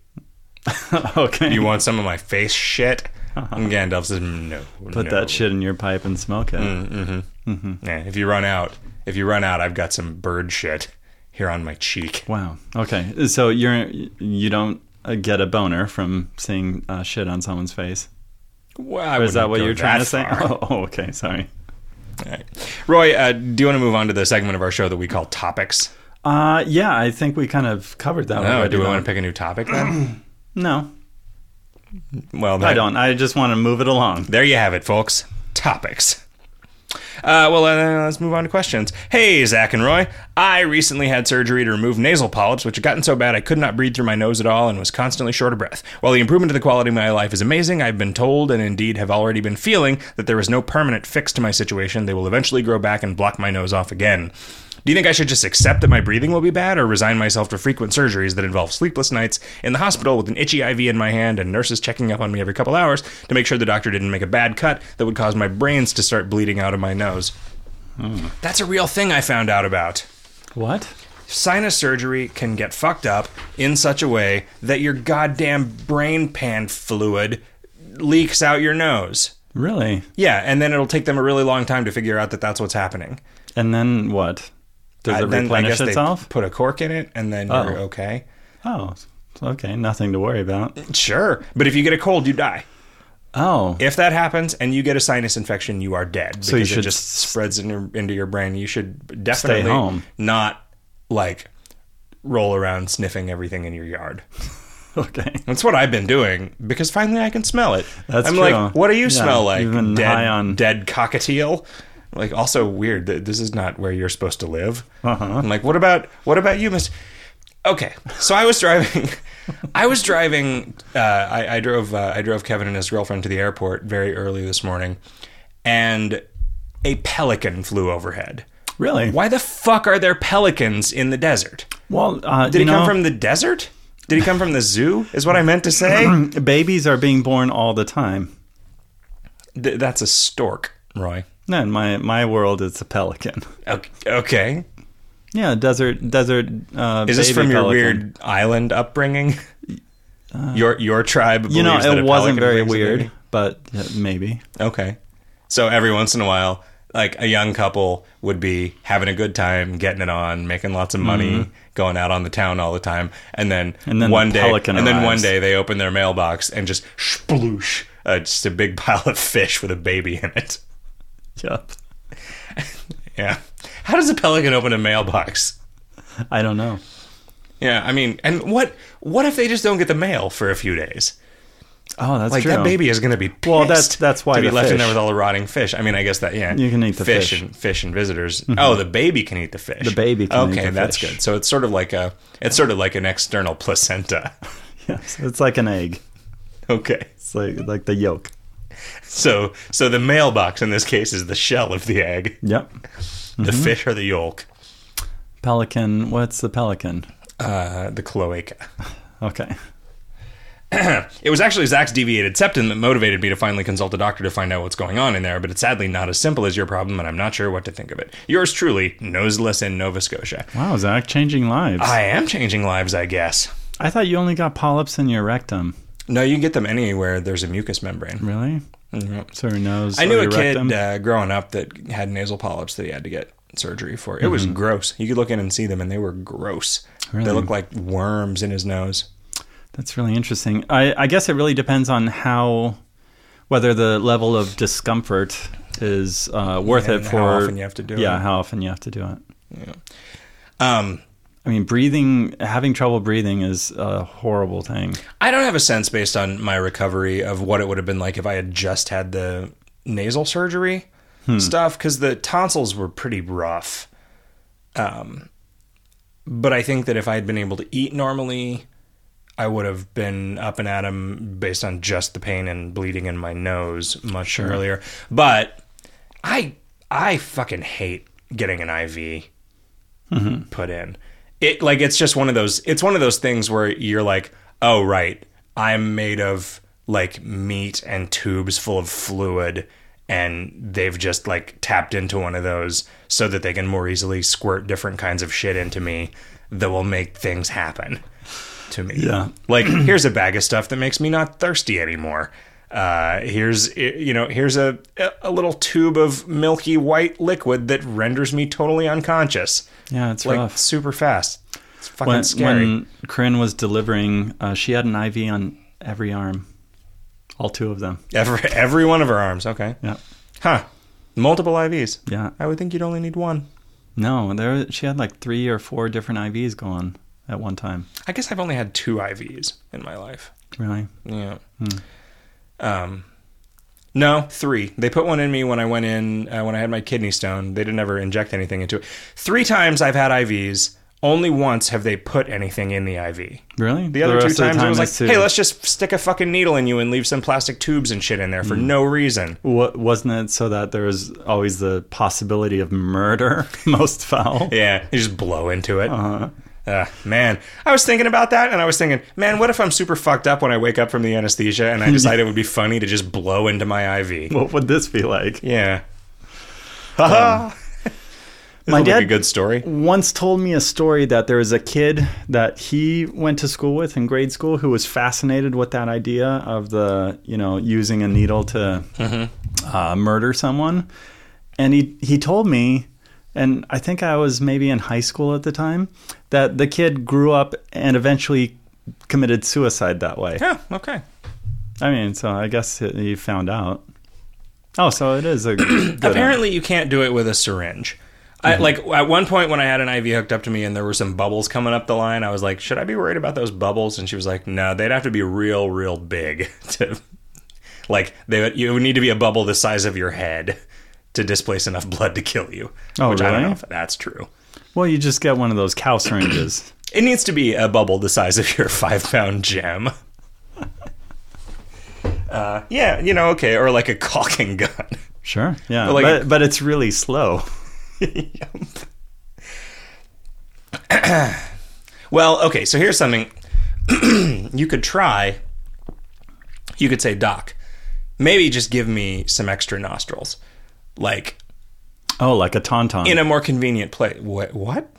B: okay.
A: you want some of my face shit?" And Gandalf says, "No,
B: Uh-huh. Put
A: no.
B: that shit in your pipe and smoke it.
A: Mm. Yeah, if you run out, if you run out, I've got some bird shit here on my cheek.
B: Wow. Okay. So you're you don't uh, get a boner from seeing uh, shit on someone's face.
A: Well, I
B: Is
A: wouldn't
B: that what
A: go
B: you're trying
A: that
B: to say?
A: far.
B: Oh, oh, okay. Sorry.
A: All right. Roy, uh, do you want to move on to the segment of our show that we call topics?
B: Uh, yeah, I think we kind of covered that.
A: Oh,
B: already,
A: do we
B: though.
A: want to pick a new topic then?
B: No,
A: well,
B: I
A: that-
B: don't. I just want to move it along.
A: There you have it, folks. Topics. Uh, well, uh, let's move on to questions. Hey, Zach and Roy. I recently had surgery to remove nasal polyps, which had gotten so bad I could not breathe through my nose at all and was constantly short of breath. While the improvement to the quality of my life is amazing, I've been told and indeed have already been feeling that there is no permanent fix to my situation. They will eventually grow back and block my nose off again. Do you think I should just accept that my breathing will be bad or resign myself to frequent surgeries that involve sleepless nights in the hospital with an itchy IV in my hand and nurses checking up on me every couple hours to make sure the doctor didn't make a bad cut that would cause my brains to start bleeding out of my nose? That's a real thing I found out about.
B: What?
A: Sinus surgery can get fucked up in such a way that your goddamn brain pan fluid leaks out your nose.
B: Really?
A: Yeah, and then it'll take them a really long time to figure out that that's what's happening.
B: And then what? Does
A: Uh,
B: it
A: then
B: replenish
A: They
B: itself?
A: put a cork in it, and then you're
B: Oh.
A: okay.
B: Oh, okay. Nothing to worry about.
A: Sure, but if you get a cold, you die.
B: Oh,
A: If that happens and you get a sinus infection, you are dead.
B: you
A: because it
B: should
A: just
B: s-
A: spreads in your, into your brain. You should definitely
B: home.
A: not like roll around sniffing everything in your yard.
B: okay.
A: That's what I've been doing because finally I can smell it.
B: That's
A: I'm
B: true.
A: like, what do you
B: Yeah,
A: smell like?
B: you've been
A: dead,
B: high on-
A: dead cockatiel. Like, also weird. that This is not where you're supposed to live.
B: Uh-huh.
A: I'm like, what about what about you, Miss? Okay, so I was driving. I was driving. Uh, I, I drove. Uh, I drove Kevin and his girlfriend to the airport very early this morning, and a pelican flew overhead.
B: Really?
A: Why the fuck are there pelicans in the desert?
B: Well, uh,
A: Did
B: you
A: he come
B: know,
A: from the desert? Did he come from the zoo? Is what I meant to say.
B: babies are being born all the time.
A: Th- that's a stork, Roy.
B: No, in my my world, it's a pelican.
A: Okay. okay.
B: Yeah, desert, desert. Uh,
A: Is this
B: baby
A: from your
B: pelican. Uh,
A: weird island upbringing? your your tribe.
B: You know,
A: believes that
B: it
A: a pelican
B: wasn't very
A: brings a
B: weird,
A: baby?
B: but uh, maybe.
A: Okay. So every once in a while, like a young couple would be having a good time, getting it on, making lots of money, going out on the town all the time, and then,
B: Mm-hmm. And then
A: one
B: the
A: day,
B: pelican
A: and then one
B: arrives.
A: day they open their mailbox and just sploosh, uh, just a big pile of fish with a baby in it.
B: Yep.
A: Yeah. How does a pelican open a mailbox?
B: I don't know.
A: Yeah, I mean, and what what if they just don't get the mail for a few days?
B: Oh, that's
A: Like
B: true.
A: that baby is going to be pissed
B: Well, that's- that's why
A: to be
B: the
A: left in
B: fish.
A: there with all the rotting fish. I mean, I guess that yeah,
B: You can eat the fish.
A: and fish and visitors. Oh, the baby can eat the fish. The
B: baby can eat
A: okay,
B: the
A: that's
B: fish.
A: good. So it's sort of like a it's sort of like an external placenta.
B: Yes, it's like an egg.
A: okay,
B: It's like like the yolk.
A: so so the mailbox in this case is the shell of the egg.
B: Yep.
A: The
B: Mm-hmm.
A: fish are the yolk.
B: Pelican. What's the pelican?
A: Uh, the cloaca.
B: Okay.
A: It was actually Zach's deviated septum that motivated me to finally consult a doctor to find out what's going on in there, but it's sadly not as simple as your problem, and I'm not sure what to think of it. Yours truly, Noseless in Nova Scotia.
B: Wow, Zach, changing lives. I,
A: I am changing lives, I guess.
B: thought you only got polyps in your rectum.
A: No, you can get them anywhere there's a mucous membrane.
B: Really?
A: Yep.
B: Mm-hmm. So your nose.
A: I knew
B: or
A: a
B: your rectum?
A: kid uh, growing up that had nasal polyps that he had to get surgery for. It was
B: Mm-hmm.
A: gross. You could look in and see them, and they were gross. They
B: Really?
A: looked like worms in his nose.
B: That's really interesting. I, I guess it really depends on how, whether the level of discomfort is uh, worth
A: And
B: it
A: how
B: for
A: often you have to do
B: Yeah,
A: it.
B: how often you have to do it.
A: Um,
B: I mean, breathing, having trouble breathing is a horrible thing.
A: I don't have a sense based on my recovery of what it would have been like if I had just had the nasal surgery stuff because the tonsils were pretty rough. Um, but I think that if I had been able to eat normally, I would have been up and at 'em based on just the pain and bleeding in my nose much earlier. But I I fucking hate getting an IV put in. It like it's just one of those it's one of those things where you're like, "Oh right, I'm made of like meat and tubes full of fluid and they've just like tapped into one of those so that they can more easily squirt different kinds of shit into me that will make things happen to me."
B: Yeah.
A: Like, here's a bag of stuff that makes me not thirsty anymore. Uh, here's you know here's a a little tube of milky white liquid that renders me totally unconscious
B: Yeah, it's
A: like
B: rough.
A: super fast. It's fucking
B: When,
A: scary.
B: when Corinne was delivering, uh, she had an IV on every arm, all two of them.
A: every every one of her arms. Okay.
B: Yeah,
A: Huh. Multiple IVs.
B: yeah.
A: I would think you'd only need one.
B: No, there she had like three or four different IVs going at one time.
A: I guess I've only had two IVs in my life.
B: Really?
A: Yeah. Um. No, three. They put one in me when I went in uh, when I had my kidney stone. They didn't ever inject anything into it. Three times I've had IVs. Only once have they put anything in the IV.
B: Really?
A: The other two
B: rest of
A: times
B: time
A: it was like,
B: is
A: "Hey, let's just stick a fucking needle in you and leave some plastic tubes and shit in there for no reason."
B: Wa- wasn't it so that there was always the possibility of murder most foul?
A: Yeah, you just blow into it. Uh-huh. man, I was thinking about that, and I was thinking, man, what if I'm super fucked up when I wake up from the anesthesia, and I decide it would be funny to just blow into my IV?
B: What would this be like?
A: Yeah. Haha.
B: Um, My
A: Sounds like
B: dad
A: a good story.
B: once told me a story that there was a kid that he went to school with in grade school who was fascinated with that idea of the, you know, using a needle to uh, murder someone. And he, he told me, and I think I was maybe in high school at the time, that the kid grew up and eventually committed suicide that way.
A: Yeah. Okay.
B: I mean, so I guess it- you found out. Oh, so it is a good
A: Apparently, you can't do it with a syringe. I, like at one point when I had an IV hooked up to me and there were some bubbles coming up the line, I was like, "Should I be worried about those bubbles?" And she was like, "No, they'd have to be real, real big to, like, they would, you would need to be a bubble the size of your head to displace enough blood to kill you."
B: Oh,
A: which I don't know
B: really?
A: if that's true.
B: Well, you just get one of those cow syringes.
A: It needs to be a bubble the size of your five-pound gem. Uh, yeah, you know, okay, or like a caulking gun.
B: Sure. Yeah.
A: But
B: But,
A: like-
B: but, it's really slow.
A: Well, okay, so here's something you could try. You could say, Doc, maybe just give me some extra nostrils. Like,
B: Oh, like a tauntaun.
A: in a more convenient place. What? What?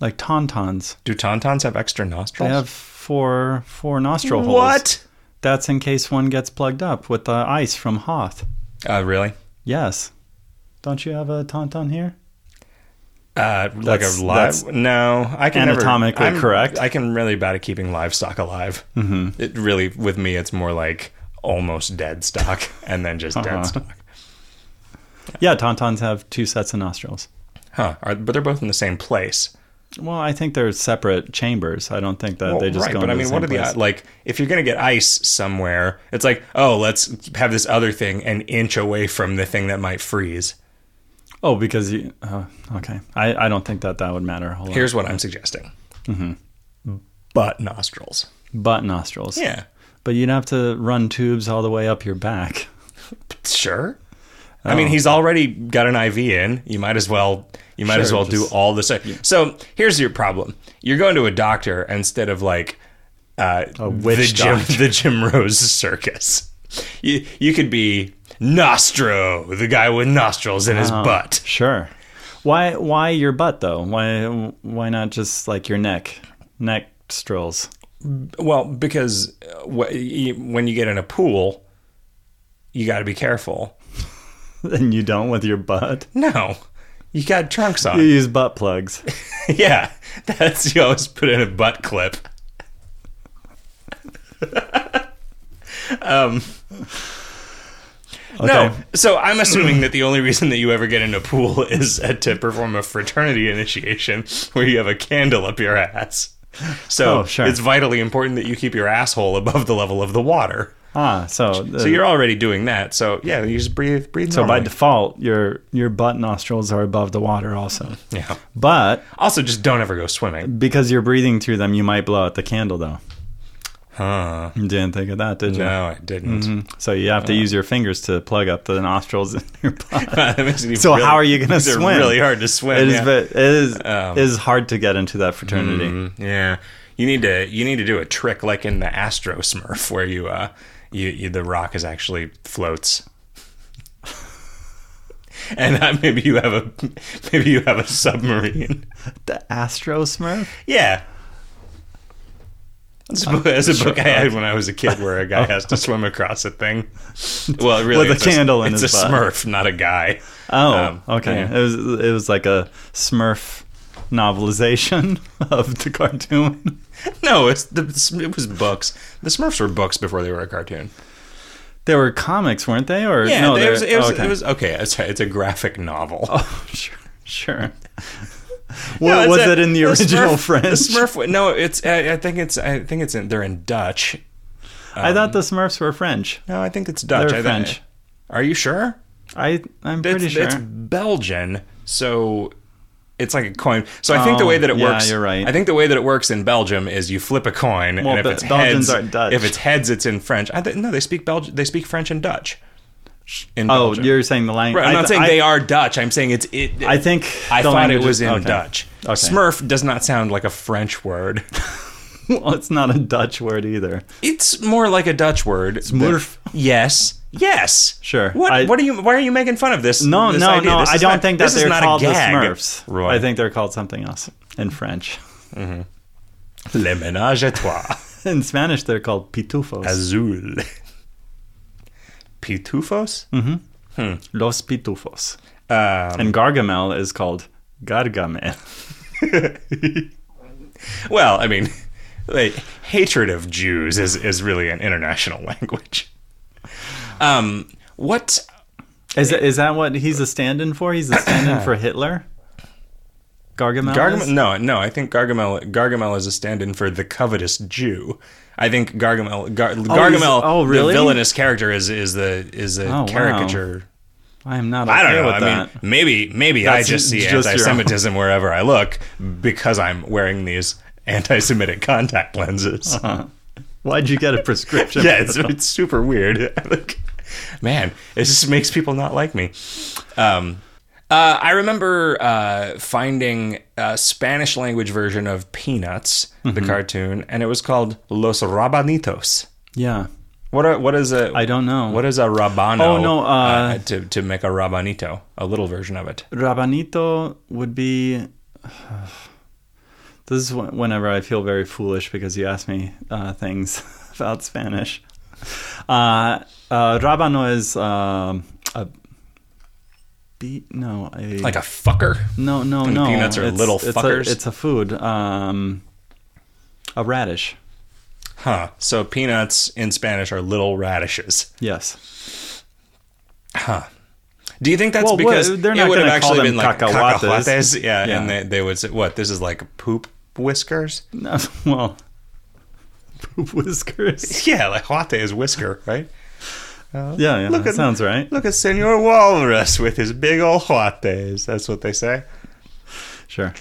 B: like tauntauns.
A: Do tauntauns have extra
B: They
A: nostrils?
B: have four four nostril holes.
A: what?
B: That's in case one gets plugged up with the ice from Hoth.
A: Uh, really?
B: Yes. Don't you have a tauntaun here?
A: Uh, like
B: That's-
A: a
B: that's
A: live? No, I can never-
B: anatomically
A: I'm-
B: correct.
A: I can really bad at keeping livestock alive. Mm-hmm. It really, with me, it's more like almost dead stock and then just
B: Uh-huh.
A: dead stock.
B: Yeah, tauntauns have two sets of nostrils.
A: Huh? Are, but they're both in the same place.
B: Well, I think they're separate chambers. I don't think that
A: Well,
B: they just
A: right,
B: go
A: but
B: into
A: I mean,
B: the
A: what are
B: same
A: the
B: place.
A: the like? If you're gonna get ice somewhere, it's like, oh, let's have this other thing an inch away from the thing that might freeze.
B: Oh, because you. Uh, okay, I, I don't think that that would matter a whole lot.
A: Here's what I'm suggesting:
B: Mm-hmm.
A: butt nostrils.
B: butt nostrils.
A: Yeah,
B: but you'd have to run tubes all the way up your back.
A: sure. I
B: Oh.
A: mean, he's already got an IV in. You might as well. You might as
B: Sure,
A: well
B: just-
A: do all the stuff. So here's your problem: you're going to a doctor instead of like uh,
B: witch
A: the Jim
B: doctor.
A: the Jim Rose circus. You you could be Nostro, the guy with nostrils in his
B: Oh.
A: butt.
B: Sure. Why why your butt though? Why why not just like your neck neck strills?
A: Well, because uh, wh- y- when you get in a pool, you got to be careful.
B: And you don't with your butt.
A: No, you got trunks
B: You
A: on.
B: use butt plugs.
A: yeah, that's you always put in a butt clip. um,
B: Okay.
A: No, so I'm assuming that the only reason that you ever get in a pool is uh, to perform a fraternity initiation where you have a candle up your ass. So
B: Oh, sure.
A: it's vitally important that you keep your asshole above the level of the water.
B: Ah, so the,
A: So you're already doing that. So yeah, you just breathe, breathe.
B: so by
A: normally.
B: default your your butt nostrils are above the water also.
A: yeah.
B: But
A: Also, just don't ever go swimming.
B: because you're breathing through them, you might blow out the candle though.
A: Huh?
B: You didn't think of that, did you?
A: No, I didn't.
B: So you have to use your fingers to plug up the nostrils in your butt.
A: That makes it
B: So
A: really-
B: how are you gonna
A: these are
B: swim?
A: Really hard to swim.
B: It is,
A: yeah.
B: ve- it is,
A: Um,
B: it is hard to get into that fraternity.
A: Mm, yeah. You need to you need to do a trick like in the Astro Smurf where you uh you, you the rock is actually floats. And uh, maybe you have a maybe you have a submarine.
B: The Astro Smurf?
A: Yeah. It's a book, it's a book I had when I was a kid where a guy has to swim across a thing. Well, it really,
B: Oh. With a
A: it's
B: candle in
A: it's
B: his
A: a
B: butt.
A: Smurf, not a guy.
B: Oh,
A: Um,
B: okay.
A: yeah.
B: It was it was like a Smurf novelization of the cartoon.
A: No, it's the it was books. The Smurfs were books before they were a cartoon.
B: There were comics, weren't they? Or
A: Yeah,
B: no,
A: it,
B: there-
A: was, it, was,
B: okay.
A: it was okay. It's a, it's a graphic novel.
B: Oh, sure, sure.
A: No,
B: What
A: it's
B: was
A: a-
B: it in the original
A: Smurf,
B: French?
A: The Smurf. No, it's I, I think it's I think it's in they're in Dutch.
B: I thought the Smurfs were French.
A: No, I think it's Dutch.
B: They're
A: um, I, thi-
B: French.
A: Are you sure?
B: I I'm
A: It's,
B: pretty sure.
A: it's Belgian, so it's like a coin. So I think the
B: Oh,
A: way that it
B: yeah,
A: works,
B: you're right.
A: I think the way that it works in Belgium is you flip a coin,
B: Well,
A: and if
B: Be-
A: it's
B: Belgians
A: heads,
B: aren't Dutch.
A: if it's heads, it's in French. I th- no, they speak Belgian. They speak French and Dutch. In
B: oh,
A: Belgium.
B: you're saying the language.
A: Right, I'm not saying they are Dutch. I'm saying it's it.
B: I think
A: I
B: the
A: thought it
B: language-
A: was in
B: okay.
A: Dutch.
B: Okay.
A: Smurf does not sound like a French word.
B: Well, it's not a Dutch word either.
A: It's more like a Dutch word.
B: Smurf.
A: that- yes. Yes.
B: Sure.
A: What?
B: I-
A: what are you? Why are you making fun of this?
B: No,
A: this
B: no,
A: idea?
B: no.
A: This
B: I
A: is
B: don't
A: not-
B: think that
A: this is
B: they're
A: not a
B: called the
A: gag.
B: Smurfs.
A: Right.
B: I think they're called something else in French.
A: Le Ménage à Trois.
B: In Spanish, they're called pitufos.
A: Azul. Pitufos.
B: Hmm. Los pitufos.
A: Um,
B: And Gargamel is called Gargamel.
A: well, I mean, like, hatred of Jews is is really an international language. Um. What?
B: Is that, is that what he's a stand-in for? He's a stand-in for Hitler. Gargamel.
A: Gargamel?
B: is?
A: No, no. I think Gargamel Gargamel is a stand-in for the covetous Jew. I think Gargamel Gar, Gargamel
B: oh,
A: the
B: really?
A: villainous character is is the is a
B: Oh, wow.
A: caricature.
B: I am not. Okay
A: I don't know.
B: With
A: I
B: that.
A: mean, maybe maybe I
B: That's
A: just see
B: just your-
A: anti-Semitism wherever I look because I'm wearing these anti-Semitic contact lenses.
B: why'd you get a prescription?
A: Yeah, it's, it's super weird. Like, man, it just makes people not like me. Um, uh, I remember uh, finding a Spanish language version of Peanuts, the
B: Mm-hmm.
A: cartoon, and it was called Los Rabanitos.
B: yeah.
A: What are, what is a
B: I don't know.
A: what is a rabano?
B: Oh, no, uh,
A: to to make a rabanito, a little version of it.
B: Rabanito would be. This is wh- whenever I feel very foolish because you ask me uh, things about Spanish. Uh, uh, rábano is um, a beet. No, a
A: Like a fucker.
B: no, no,
A: And
B: no.
A: peanuts are little
B: it's
A: fuckers.
B: A, it's a food. Um, a radish.
A: Huh. So peanuts in Spanish are little radishes.
B: Yes.
A: Do you think that's
B: Well,
A: because
B: what- they're
A: it
B: not
A: would have
B: gonna call
A: actually
B: them
A: been like
B: cacahuates.
A: cacahuates? Yeah,
B: Yeah.
A: and they, they would say, what, this is like poop whiskers?
B: No, well, poop whiskers.
A: Yeah, like huate is whisker, right?
B: Yeah, yeah.
A: Look
B: that
A: at-
B: sounds right.
A: Look at Senor Walrus with his big old huates. That's what they say.
B: Sure.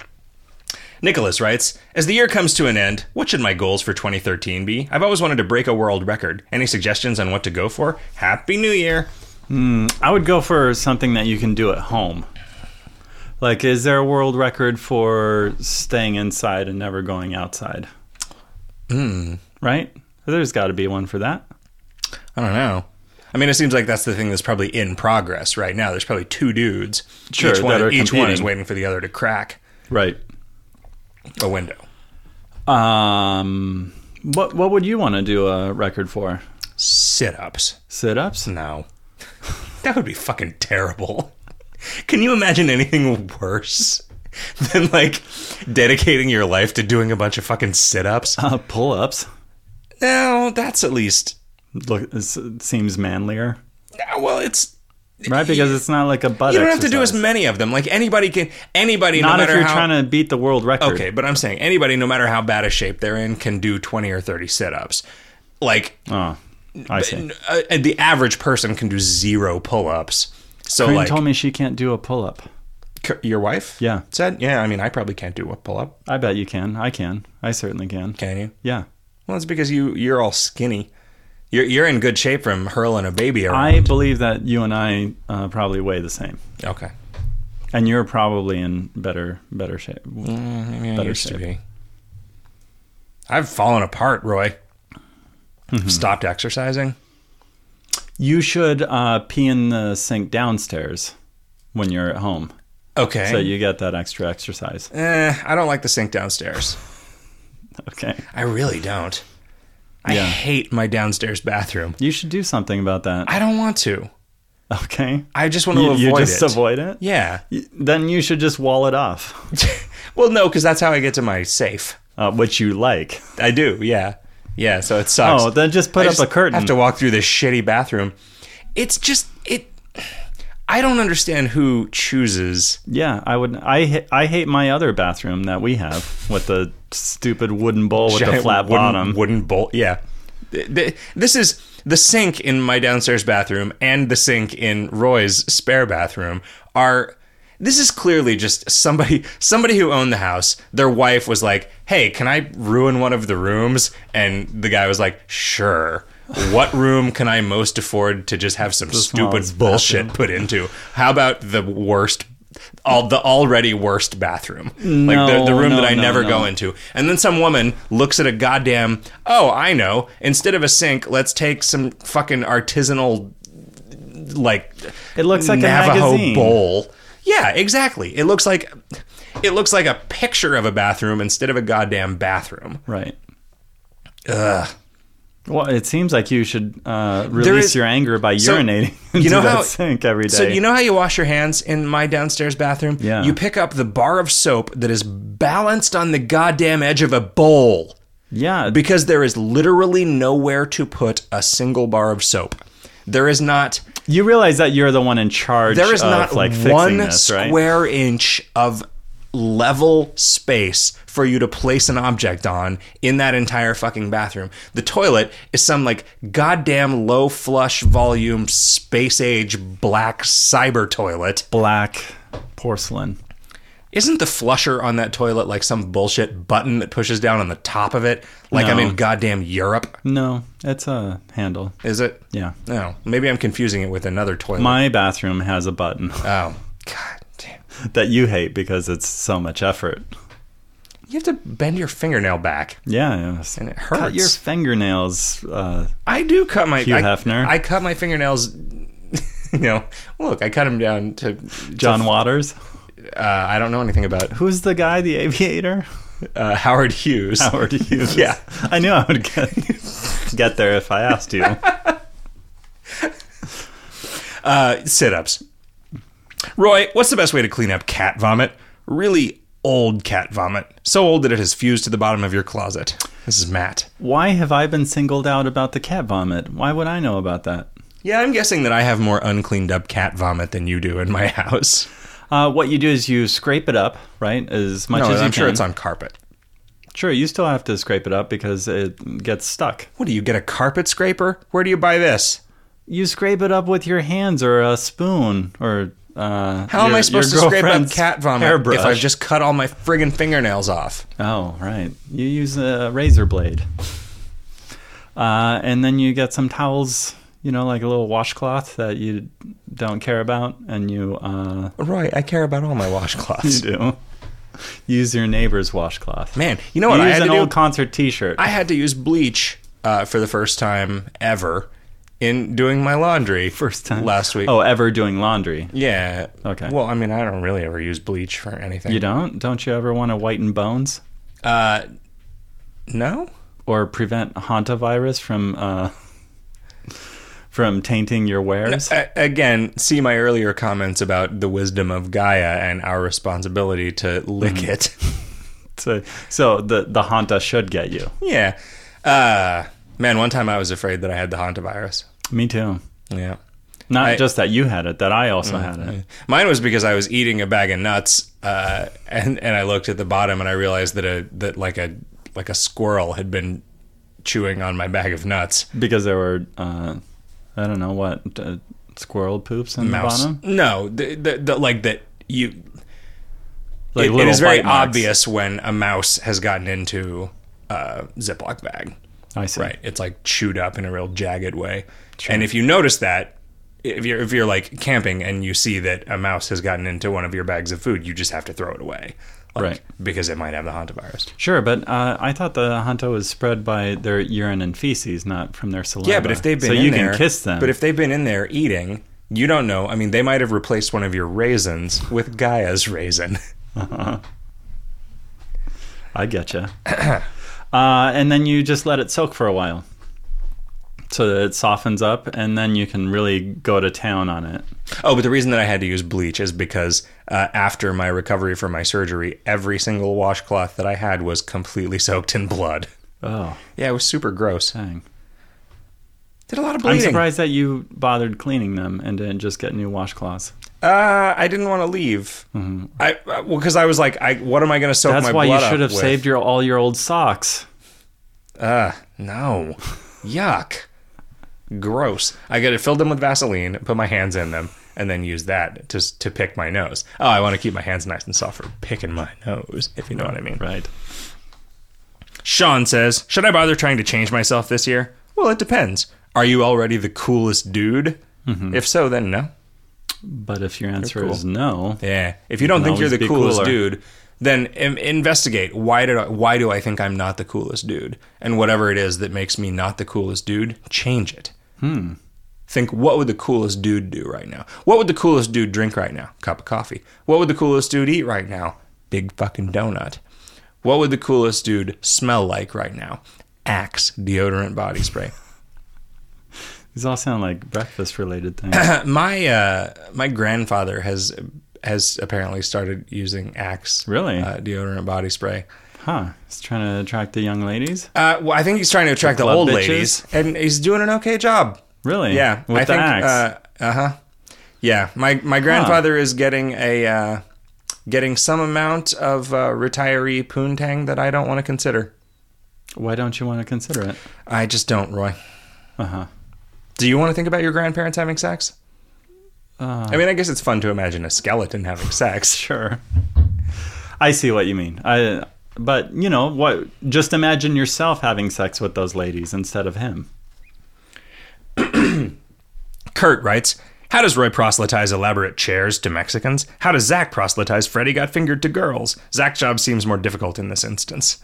A: Nicholas writes, As the year comes to an end, what should my goals for 2013 be? I've always wanted to break a world record. Any suggestions on what to go for? Happy New Year!
B: I would go for something that you can do at home. Like, is there a world record for staying inside and never going outside?
A: Hmm.
B: Right? There's got to be one for that.
A: I don't know. I mean, it seems like that's the thing that's probably in progress right now. There's probably two dudes.
B: Sure,
A: each one,
B: that are
A: each one is
B: competing.
A: waiting for the other to crack
B: Right.
A: a window.
B: Um, what What would you want to do a record for?
A: Sit ups.
B: Sit ups?
A: No. that would be fucking terrible. Can you imagine anything worse than like dedicating your life to doing a bunch of fucking sit ups?
B: Uh, Pull ups?
A: No, that's at least.
B: Look, this seems manlier,
A: Ah, Well, it's.
B: right? Because it's not like a butt.
A: You don't have to do as
B: exercise.
A: many of them. Like anybody can. Anybody,
B: Not
A: no
B: if
A: matter
B: you're
A: how.
B: trying to beat the world record.
A: Okay, but I'm saying anybody, no matter how bad a shape they're in, can do 20 or 30 sit ups. Like,
B: Oh, I see.
A: n- uh, the average person can do zero pull ups. So,
B: Corinne
A: like,
B: told me she can't do a pull up.
A: c- your wife?
B: Yeah.
A: Said, yeah, I mean, I probably can't do a pull up.
B: I bet you can. I can. I certainly can.
A: Can you?
B: Yeah.
A: Well, it's because you you're all skinny. You're you're in good shape from hurling a baby around.
B: I believe that you and I uh, probably weigh the same,
A: okay.
B: and you're probably in better better shape.
A: Maybe I
B: Better
A: used to be.
B: shape.
A: I've fallen apart, Roy.
B: Mm-hmm.
A: Stopped exercising.
B: You should uh, pee in the sink downstairs when you're at home,
A: Okay.
B: so you get that extra exercise.
A: Eh, I don't like the sink downstairs.
B: Okay.
A: I really don't. I
B: Yeah.
A: hate my downstairs bathroom.
B: You should do something about that.
A: I don't want to.
B: Okay.
A: I just want to
B: You,
A: avoid
B: you just
A: it.
B: avoid it.
A: yeah.
B: Y- Then you should just wall it off,
A: well, no, because that's how I get to my safe.
B: uh, which you like.
A: I do. Yeah. Yeah. So it sucks.
B: Oh, then just put
A: I
B: up
A: just
B: a curtain.
A: Have to walk through this shitty bathroom. It's just it. I don't understand who chooses.
B: Yeah, I would. I ha- I hate my other bathroom that we have with the stupid wooden bowl with the
A: giant
B: flat
A: wooden,
B: bottom.
A: wooden bolt. Yeah, Th- th- this is the sink in my downstairs bathroom and the sink in Roy's spare bathroom are. This is clearly just somebody somebody who owned the house. Their wife was like, "Hey, can I ruin one of the rooms?" And the guy was like, "Sure." What room can I most afford to just have some stupid
B: smallest
A: bullshit put into? How about the worst, all the already worst bathroom?
B: Mm.
A: like the, the
B: No,
A: room
B: no,
A: that I
B: no,
A: never
B: no.
A: go into. And then some woman looks at a goddamn, oh, I know, instead of a sink, let's take some fucking artisanal, like,
B: It looks like a
A: Navajo
B: magazine.
A: bowl. Yeah, exactly. It looks like it looks like a picture of a bathroom instead of a goddamn bathroom.
B: Right. Ugh. Well, it seems like you should uh, release
A: is-
B: your anger by
A: So,
B: urinating into
A: you know
B: that
A: how-
B: sink every day.
A: So you know how you wash your hands in my downstairs bathroom?
B: Yeah.
A: You pick up the bar of soap that is balanced on the goddamn edge of a bowl.
B: yeah,
A: because there is literally nowhere to put a single bar of soap. There is not
B: you realize that you're the one in charge.
A: there is
B: of,
A: not
B: like fixing
A: one
B: this, right?
A: square inch of level space for you to place an object on in that entire fucking bathroom. The toilet is some like goddamn low flush volume space age black cyber toilet.
B: Black porcelain.
A: Isn't the flusher on that toilet like some bullshit button that pushes down on the top of it like I'm
B: No.
A: in goddamn Europe?
B: No, it's a handle.
A: Is it?
B: Yeah,
A: No, Oh, maybe I'm confusing it with another toilet.
B: my bathroom has a button
A: oh, god damn!
B: that you hate because it's so much effort.
A: You have to bend your fingernail back.
B: Yeah, yes.
A: And it
B: Cut your
A: hurts.
B: fingernails. Uh,
A: I do cut my.
B: Hugh
A: I,
B: Hefner.
A: I cut my fingernails. You know, look, I cut them down to.
B: John Waters.
A: Uh, I don't know anything about
B: Who's the guy, the aviator?
A: uh, Howard Hughes.
B: Howard Hughes.
A: Yeah.
B: I knew I would get, get there if I asked you.
A: Uh, Sit ups. Roy, what's the best way to clean up cat vomit? Really old cat vomit. So old that it has fused to the bottom of your closet. This is Matt.
B: Why have I been singled out about the cat vomit? Why would I know about that?
A: Yeah, I'm guessing that I have more uncleaned up cat vomit than you do in my house.
B: Uh, what you do is you scrape it up, right? As much
A: No,
B: as you
A: I'm
B: can.
A: sure it's on carpet.
B: Sure, you still have to scrape it up because it gets stuck.
A: What do you get a carpet scraper? Where do you buy this?
B: You scrape it up with your hands or a spoon or. Uh,
A: How am
B: your-
A: I supposed to
B: your
A: scrape up
B: girlfriend's
A: cat vomit
B: hairbrush.
A: if I've just cut all my friggin' fingernails off?
B: Oh, right. You use a razor blade. Uh, and then you get some towels, you know, like a little washcloth that you don't care about, and you uh,
A: Roy, I care about all my
B: you
A: washcloths.
B: do use your neighbor's washcloth.
A: Man, you know
B: you
A: what I
B: use
A: had
B: an
A: to
B: old
A: do?
B: concert T-shirt.
A: I had to use bleach uh, for the first time ever in doing my laundry.
B: first time
A: last week.
B: Oh, ever doing laundry?
A: yeah.
B: Okay.
A: Well, I mean, I don't really ever use bleach for anything.
B: You don't? Don't you ever want to whiten bones
A: Uh, no.
B: or prevent hantavirus from uh, from tainting your wares?
A: A- again, see my earlier comments about the wisdom of Gaia and our responsibility to lick
B: Mm-hmm.
A: it.
B: So, so the the hanta should get you.
A: yeah. Uh, man, one time I was afraid that I had the hantavirus.
B: Me too.
A: Yeah.
B: Not
A: I- Mm.
B: just that you had it, that I also had it.
A: Mine was because I was eating a bag of nuts, uh, and and I looked at the bottom and I realized that a that like a like a squirrel had been chewing on my bag of nuts.
B: Because there were, uh, I don't know what, uh, squirrel poops in
A: Mouse.
B: the bottom?
A: No, the, the, the like that you.
B: Like
A: it- it
B: little
A: is very
B: bite marks.
A: obvious when a mouse has gotten into a Ziploc bag.
B: I see.
A: Right, it's like chewed up in a real jagged way. And if you notice that. If you're if you're like camping and you see that a mouse has gotten into one of your bags of food, you just have to throw it away, like,
B: Right.
A: Because it might have the hantavirus.
B: Sure, but uh, I thought the hanta was spread by their urine and feces, not from their saliva.
A: Yeah, but if they've been
B: so
A: in
B: you
A: there,
B: can kiss them.
A: But if they've been in there eating, you don't know. I mean, they might have replaced one of your raisins with Gaia's raisin.
B: I get you. uh, and then you just let it soak for a while, so that it softens up, and then you can really go to town on it.
A: oh, but the reason that I had to use bleach is because uh, after my recovery from my surgery, every single washcloth that I had was completely soaked in blood.
B: Oh,
A: Yeah, it was super gross.
B: dang!
A: Did a lot of
B: I'm
A: bleeding.
B: surprised that you bothered cleaning them and didn't just get new washcloths.
A: Uh, I didn't want to leave. I uh, well, because I was like, I what am I going to soak
B: Mm-hmm. That's
A: my
B: why
A: blood
B: you should
A: up
B: have
A: with?
B: saved your all your old socks.
A: Uh, no. Yuck. Gross. I got to fill them with Vaseline, put my hands in them, and then use that to to pick my nose. Oh, I want to keep my hands nice and soft for picking my nose, if you know what I mean.
B: Right.
A: Sean says, "Should I bother trying to change myself this year?" Well, it depends. Are you already the coolest dude?
B: Mm-hmm.
A: If so, then no.
B: But if your answer
A: cool.
B: is no,
A: Yeah. If you don't think you're
B: always
A: the
B: be
A: coolest
B: cooler.
A: dude, then im- investigate why did I, why do I think I'm not the coolest dude? And whatever it is that makes me not the coolest dude, change it. Hmm. Think what would the coolest dude do right now? What would the coolest dude drink right now? Cup of coffee. What would the coolest dude eat right now? Big fucking donut. What would the coolest dude smell like right now? Axe deodorant body spray.
B: these all sound like breakfast related things.
A: my uh, my grandfather has has apparently started using Axe
B: Really?
A: uh, deodorant body spray.
B: huh. He's trying to attract the young ladies?
A: Uh, well, I think he's trying to attract the,
B: club
A: old
B: bitches?
A: ladies, and he's doing an okay job.
B: Really?
A: Yeah,
B: With
A: I
B: the
A: think,
B: axe.
A: Uh huh. Yeah, my my grandfather is getting a uh, getting some amount of uh, retiree poontang that I don't want to consider.
B: why don't you want to consider it?
A: I just don't, Roy.
B: Uh huh.
A: Do you want to think about your grandparents having sex?
B: Uh,
A: I mean, I guess it's fun to imagine a skeleton having sex.
B: Sure. I see what you mean. I, but you know what? Just imagine yourself having sex with those ladies instead of him.
A: Kurt writes, How does Roy proselytize elaborate chairs to Mexicans? How does Zach proselytize Freddy got fingered to girls? Zach's job seems more difficult in this instance.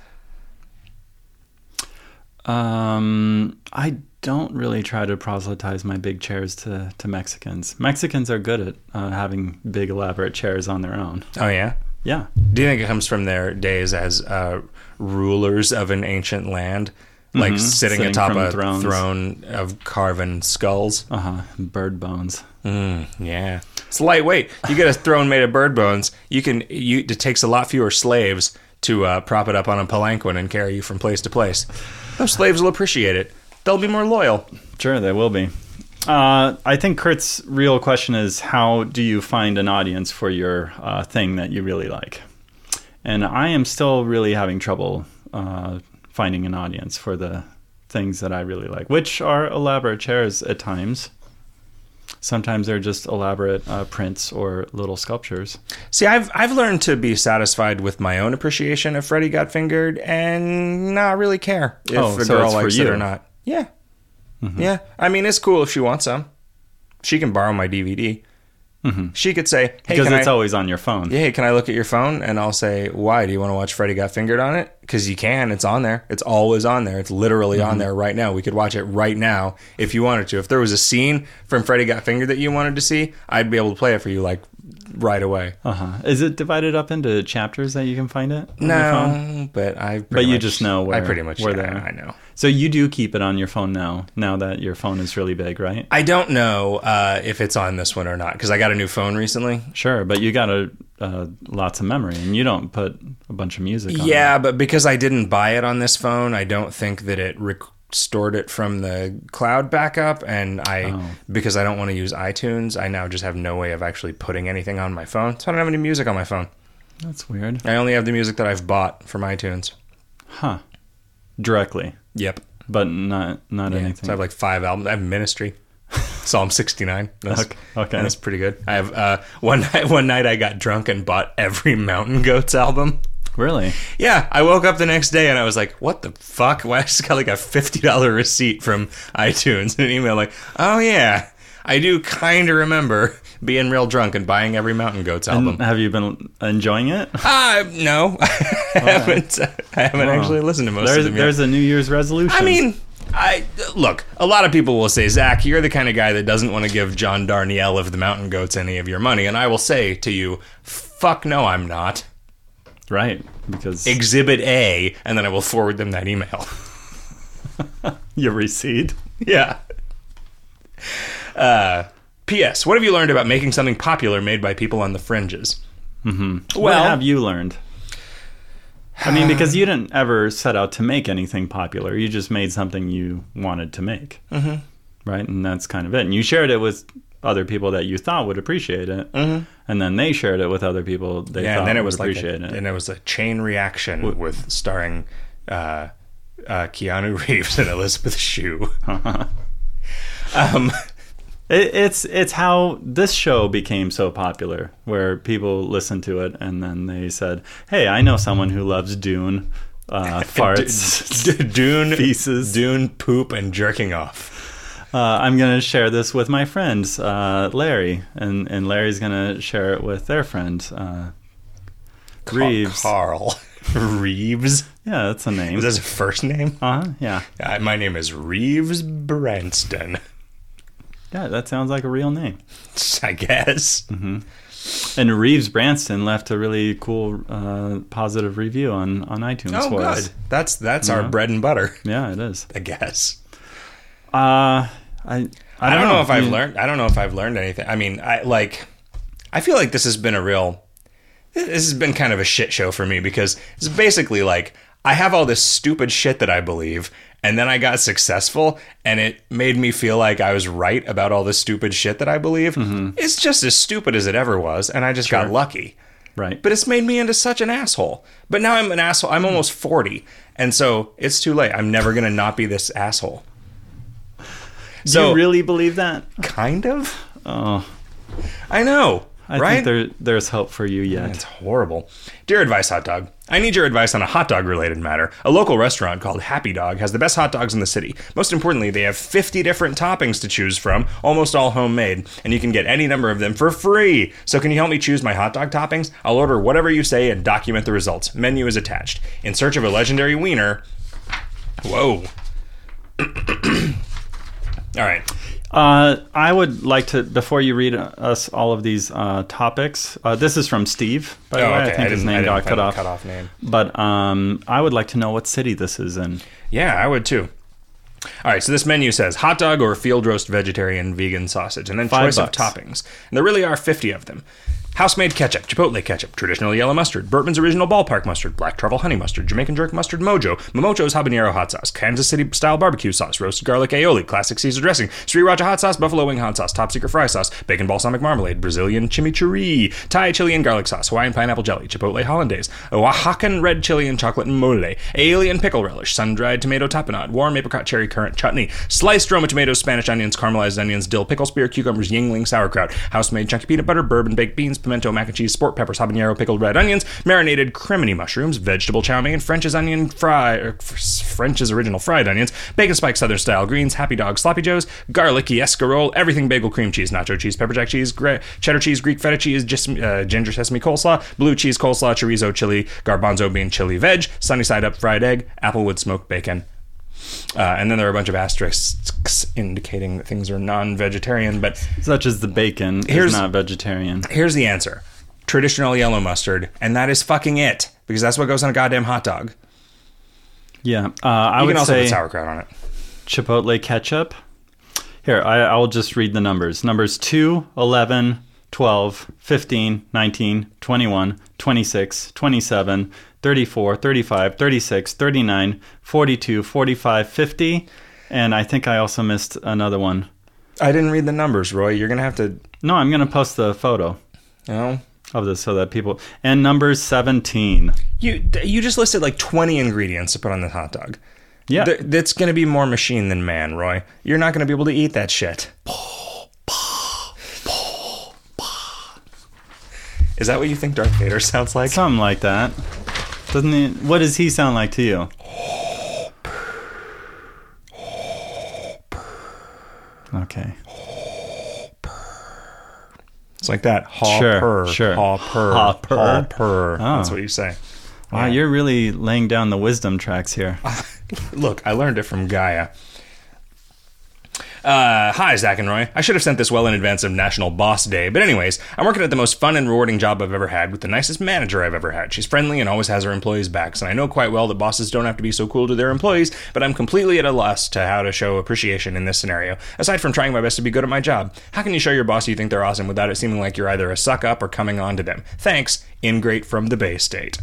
B: Um, I don't really try to proselytize my big chairs to, to Mexicans. Mexicans are good at uh, having big elaborate chairs on their own.
A: Oh, yeah?
B: Yeah.
A: Do you think it comes from their days as uh, rulers of an ancient land, like Mm-hmm. sitting,
B: Sitting
A: atop
B: from
A: a
B: thrones.
A: throne of carven skulls?
B: Uh huh. Bird bones.
A: Mm, yeah, it's lightweight. You get a throne made of bird bones. You can. You, it takes a lot fewer slaves to uh, prop it up on a palanquin and carry you from place to place. Those slaves will appreciate it. They'll be more loyal.
B: Sure, they will be. Uh, I think Kurt's real question is how do you find an audience for your uh, thing that you really like? And I am still really having trouble uh, finding an audience for the things that I really like, which are elaborate chairs at times. Sometimes they're just elaborate uh, prints or little sculptures.
A: See, I've I've learned to be satisfied with my own appreciation of Freddy Got Fingered and not really care if
B: Oh,
A: a
B: so
A: girl
B: it's for
A: likes it
B: you. Mm-hmm.
A: or not. Yeah. Yeah. I mean, it's cool if she wants some. She can borrow my DVD. She could say, "Hey,
B: Mm-hmm. Because
A: can
B: it's
A: I,
B: always on your phone.
A: yeah, hey, can I look at your phone?" And I'll say, "Why do you want to watch Freddy Got Fingered on it?" Because you can. It's on there. It's always on there. It's literally
B: Mm-hmm.
A: on there right now. We could watch it right now if you wanted to. If there was a scene from Freddy Got Fingered that you wanted to see, I'd be able to play it for you like right away.
B: Uh-huh. Is it divided up into chapters that you can find it? on your phone?
A: No, but I.
B: But you just know where-
A: I pretty much
B: where
A: yeah,
B: they are.
A: I know.
B: So you do keep it on your phone now, now that your phone is really big, right?
A: I don't know uh, if it's on this one or not because I got a new phone recently.
B: Sure, but you got a uh, lots of memory, and you don't put a bunch of music. on
A: Yeah, but because I didn't buy it on this phone, I don't think that it rec- stored it from the cloud backup. And I, because I don't want to use iTunes, I now just have no way of actually putting anything on my phone. So I don't have any music on my phone.
B: it. that's weird,
A: I only have the music that I've bought from iTunes.
B: huh? Directly,
A: Yep.
B: but not not anything.
A: So I have like five albums. I have Ministry, Psalm 69. That's,
B: Okay, okay.
A: that's pretty good. I have uh, one night. One night I got drunk and bought every Mountain Goats album.
B: really?
A: Yeah, I woke up the next day and I was like, "What the fuck?" Why I just got like a fifty dollar receipt from iTunes and an email like, "Oh yeah, I do kind of remember being real drunk and buying every Mountain Goats album."
B: Have you been enjoying it?
A: Ah, no, I haven't. I haven't actually listened to most of
B: There's
A: them. yet.
B: there's a New Year's resolution.
A: I mean, I look. A lot of people will say, Zach, you're the kind of guy that doesn't want to give John Darnielle of the Mountain Goats any of your money, and I will say to you, fuck no, I'm not.
B: right? Because
A: Exhibit A, and then I will forward them that email.
B: you recede.
A: yeah. Uh, P.S. What have you learned about making something popular made by people on the fringes? Mm-hmm.
B: What
A: Well,
B: have you learned? I mean, because you didn't ever set out to make anything popular. You just made something you wanted to make. Mm-hmm. Right? And that's kind of it. And you shared it with other people that you thought would appreciate it. Mm-hmm. And then they shared it with other people they
A: yeah,
B: thought
A: and then it
B: would
A: was like, a,
B: appreciate it.
A: and it was a chain reaction with starring uh, uh, Keanu Reeves and Elizabeth Shue. um.
B: It, it's it's how this show became so popular, where people listened to it and then they said, "Hey, I know someone who loves Dune, uh, farts,
A: D- Dune
B: pieces,
A: Dune poop and jerking off.
B: uh, I'm going to share this with my friend uh, Larry, and and Larry's going to share it with their friend uh, Reeves.
A: Carl Reeves.
B: Yeah, that's a name.
A: Is that his first name?
B: uh huh. Yeah,
A: Uh, my name is Reeves Branston.
B: yeah, that sounds like a real name.
A: I guess.
B: Mm-hmm. And Reeves Branston left a really cool uh, positive review on on iTunes
A: Oh,
B: for
A: good.
B: us.
A: That's that's
B: Uh-huh.
A: our bread and butter.
B: Yeah, it is.
A: I guess.
B: Uh, I.
A: I don't know, if I've
B: You-
A: learned. I don't know if I've learned anything. I mean, I like. I feel like this has been a real. This has been kind of a shit show for me because it's basically like I have all this stupid shit that I believe, and then I got successful, and it made me feel like I was right about all this stupid shit that I believe. It's just as stupid as it ever was, and I just got lucky.
B: Right.
A: But it's made me into such an asshole. But now I'm an asshole. I'm almost forty, and so it's too late. I'm never gonna not be this asshole.
B: do
A: So
B: you really believe that?
A: kind of.
B: Oh,
A: I know,
B: I
A: right?
B: think there there's hope for you yet.
A: it's horrible. Dear Advice Hot Dog, I need your advice on a hot dog related matter. A local restaurant called Happy Dog has the best hot dogs in the city. Most importantly, they have 50 different toppings to choose from, almost all homemade, and you can get any number of them for free. So, can you help me choose my hot dog toppings? I'll order whatever you say and document the results. Menu is attached. In search of a legendary wiener. Whoa. all right.
B: Uh, I would like to, before you read us all of these uh, topics, uh, this is from Steve, by the way. I think his
A: Oh, didn't-
B: name
A: didn't
B: got
A: put
B: cut
A: a
B: off.
A: Cut off name.
B: But um, I would like to know what city this is in.
A: Yeah, I would too. All right, so this menu says hot dog or field roast vegetarian vegan sausage, and then
B: Five
A: choice
B: bucks.
A: of toppings. And there really are 50 of them. House-made ketchup, chipotle ketchup, traditional yellow mustard, Burtman's original ballpark mustard, black truffle honey mustard, Jamaican jerk mustard mojo, Momocho's habanero hot sauce, Kansas City style barbecue sauce, roasted garlic aioli, classic Caesar dressing, sriracha hot sauce, buffalo wing hot sauce, top secret fry sauce, bacon balsamic marmalade, Brazilian chimichurri, Thai chili and garlic sauce, Hawaiian pineapple jelly, chipotle hollandaise, Oaxacan red chili and chocolate mole, alien pickle relish, sun-dried tomato tapenade, warm apricot cherry currant chutney, sliced Roma tomatoes, Spanish onions, caramelized onions, dill, pickle spear, cucumbers, yingling sauerkraut, house-made chunky peanut butter, bourbon baked beans, pimento mac and cheese, sport peppers, habanero pickled red onions, marinated cremini mushrooms, vegetable chow mein, French's onion fry, er, f- French's original fried onions, bacon spike southern style greens, happy dog sloppy joes, garlicky escarole, everything bagel cream cheese, nacho cheese, pepper jack cheese, gre- cheddar cheese, Greek feta cheese, gis- uh, ginger sesame coleslaw, blue cheese coleslaw, chorizo chili, garbanzo bean chili veg, sunny side up fried egg, applewood smoked bacon. Uh, and then there are a bunch of asterisks indicating that things are non-vegetarian. But
B: Such as the bacon
A: Here's-
B: is not vegetarian.
A: here's the answer: traditional yellow mustard, and that is fucking it because that's what goes on a goddamn hot dog.
B: Yeah, uh, I
A: You
B: would
A: can also
B: say
A: put sauerkraut on it.
B: chipotle ketchup. Here, I, I'll just read the numbers. Numbers 2, 11, 12, 15, 19, 21, 26, 27, 34, 35, 36, 39, 42, 45, 50. And I think I also missed another one.
A: I didn't read the numbers, Roy. You're gonna have to. You
B: No, I'm going to post the photo
A: know,
B: of this so that people. And number 17.
A: you you just listed like 20 ingredients to put on the hot dog.
B: Yeah.
A: Th- that's gonna be more machine than man, Roy. You're not gonna be able to eat that shit. Is that what you think Darth Vader sounds like?
B: Something like that. Doesn't he, what does he sound like to you? Okay.
A: It's like that. Hopper.
B: sure. Oh.
A: Hopper.
B: Hopper.
A: Hopper. That's what you say.
B: Wow, you're really laying down the wisdom tracks here.
A: Look, I learned it from Gaia. Uh, hi, Zach and Roy. I should have sent this well in advance of National Boss Day, but anyways, I'm working at the most fun and rewarding job I've ever had with the nicest manager I've ever had. She's friendly and always has her employees' backs, and I know quite well that bosses don't have to be so cool to their employees, but I'm completely at a loss to how to show appreciation in this scenario, aside from trying my best to be good at my job. How can you show your boss you think they're awesome without it seeming like you're either a suck up or coming on to them? Thanks, Ingrate from the Bay State.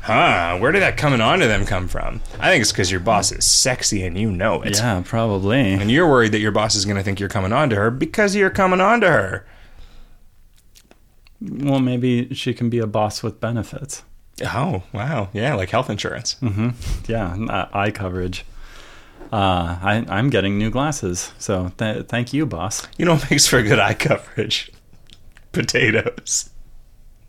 A: Huh, where did that coming on to them come from? I think it's because your boss is sexy and you know it.
B: Yeah, probably.
A: And you're worried that your boss is going to think you're coming on to her because you're coming on to her.
B: Well, maybe she can be a boss with benefits.
A: Oh, wow. Yeah, like health insurance.
B: Yeah, uh, eye coverage. Uh, I, I'm getting new glasses, so th- thank you, boss.
A: You know what makes for good eye coverage? Potatoes.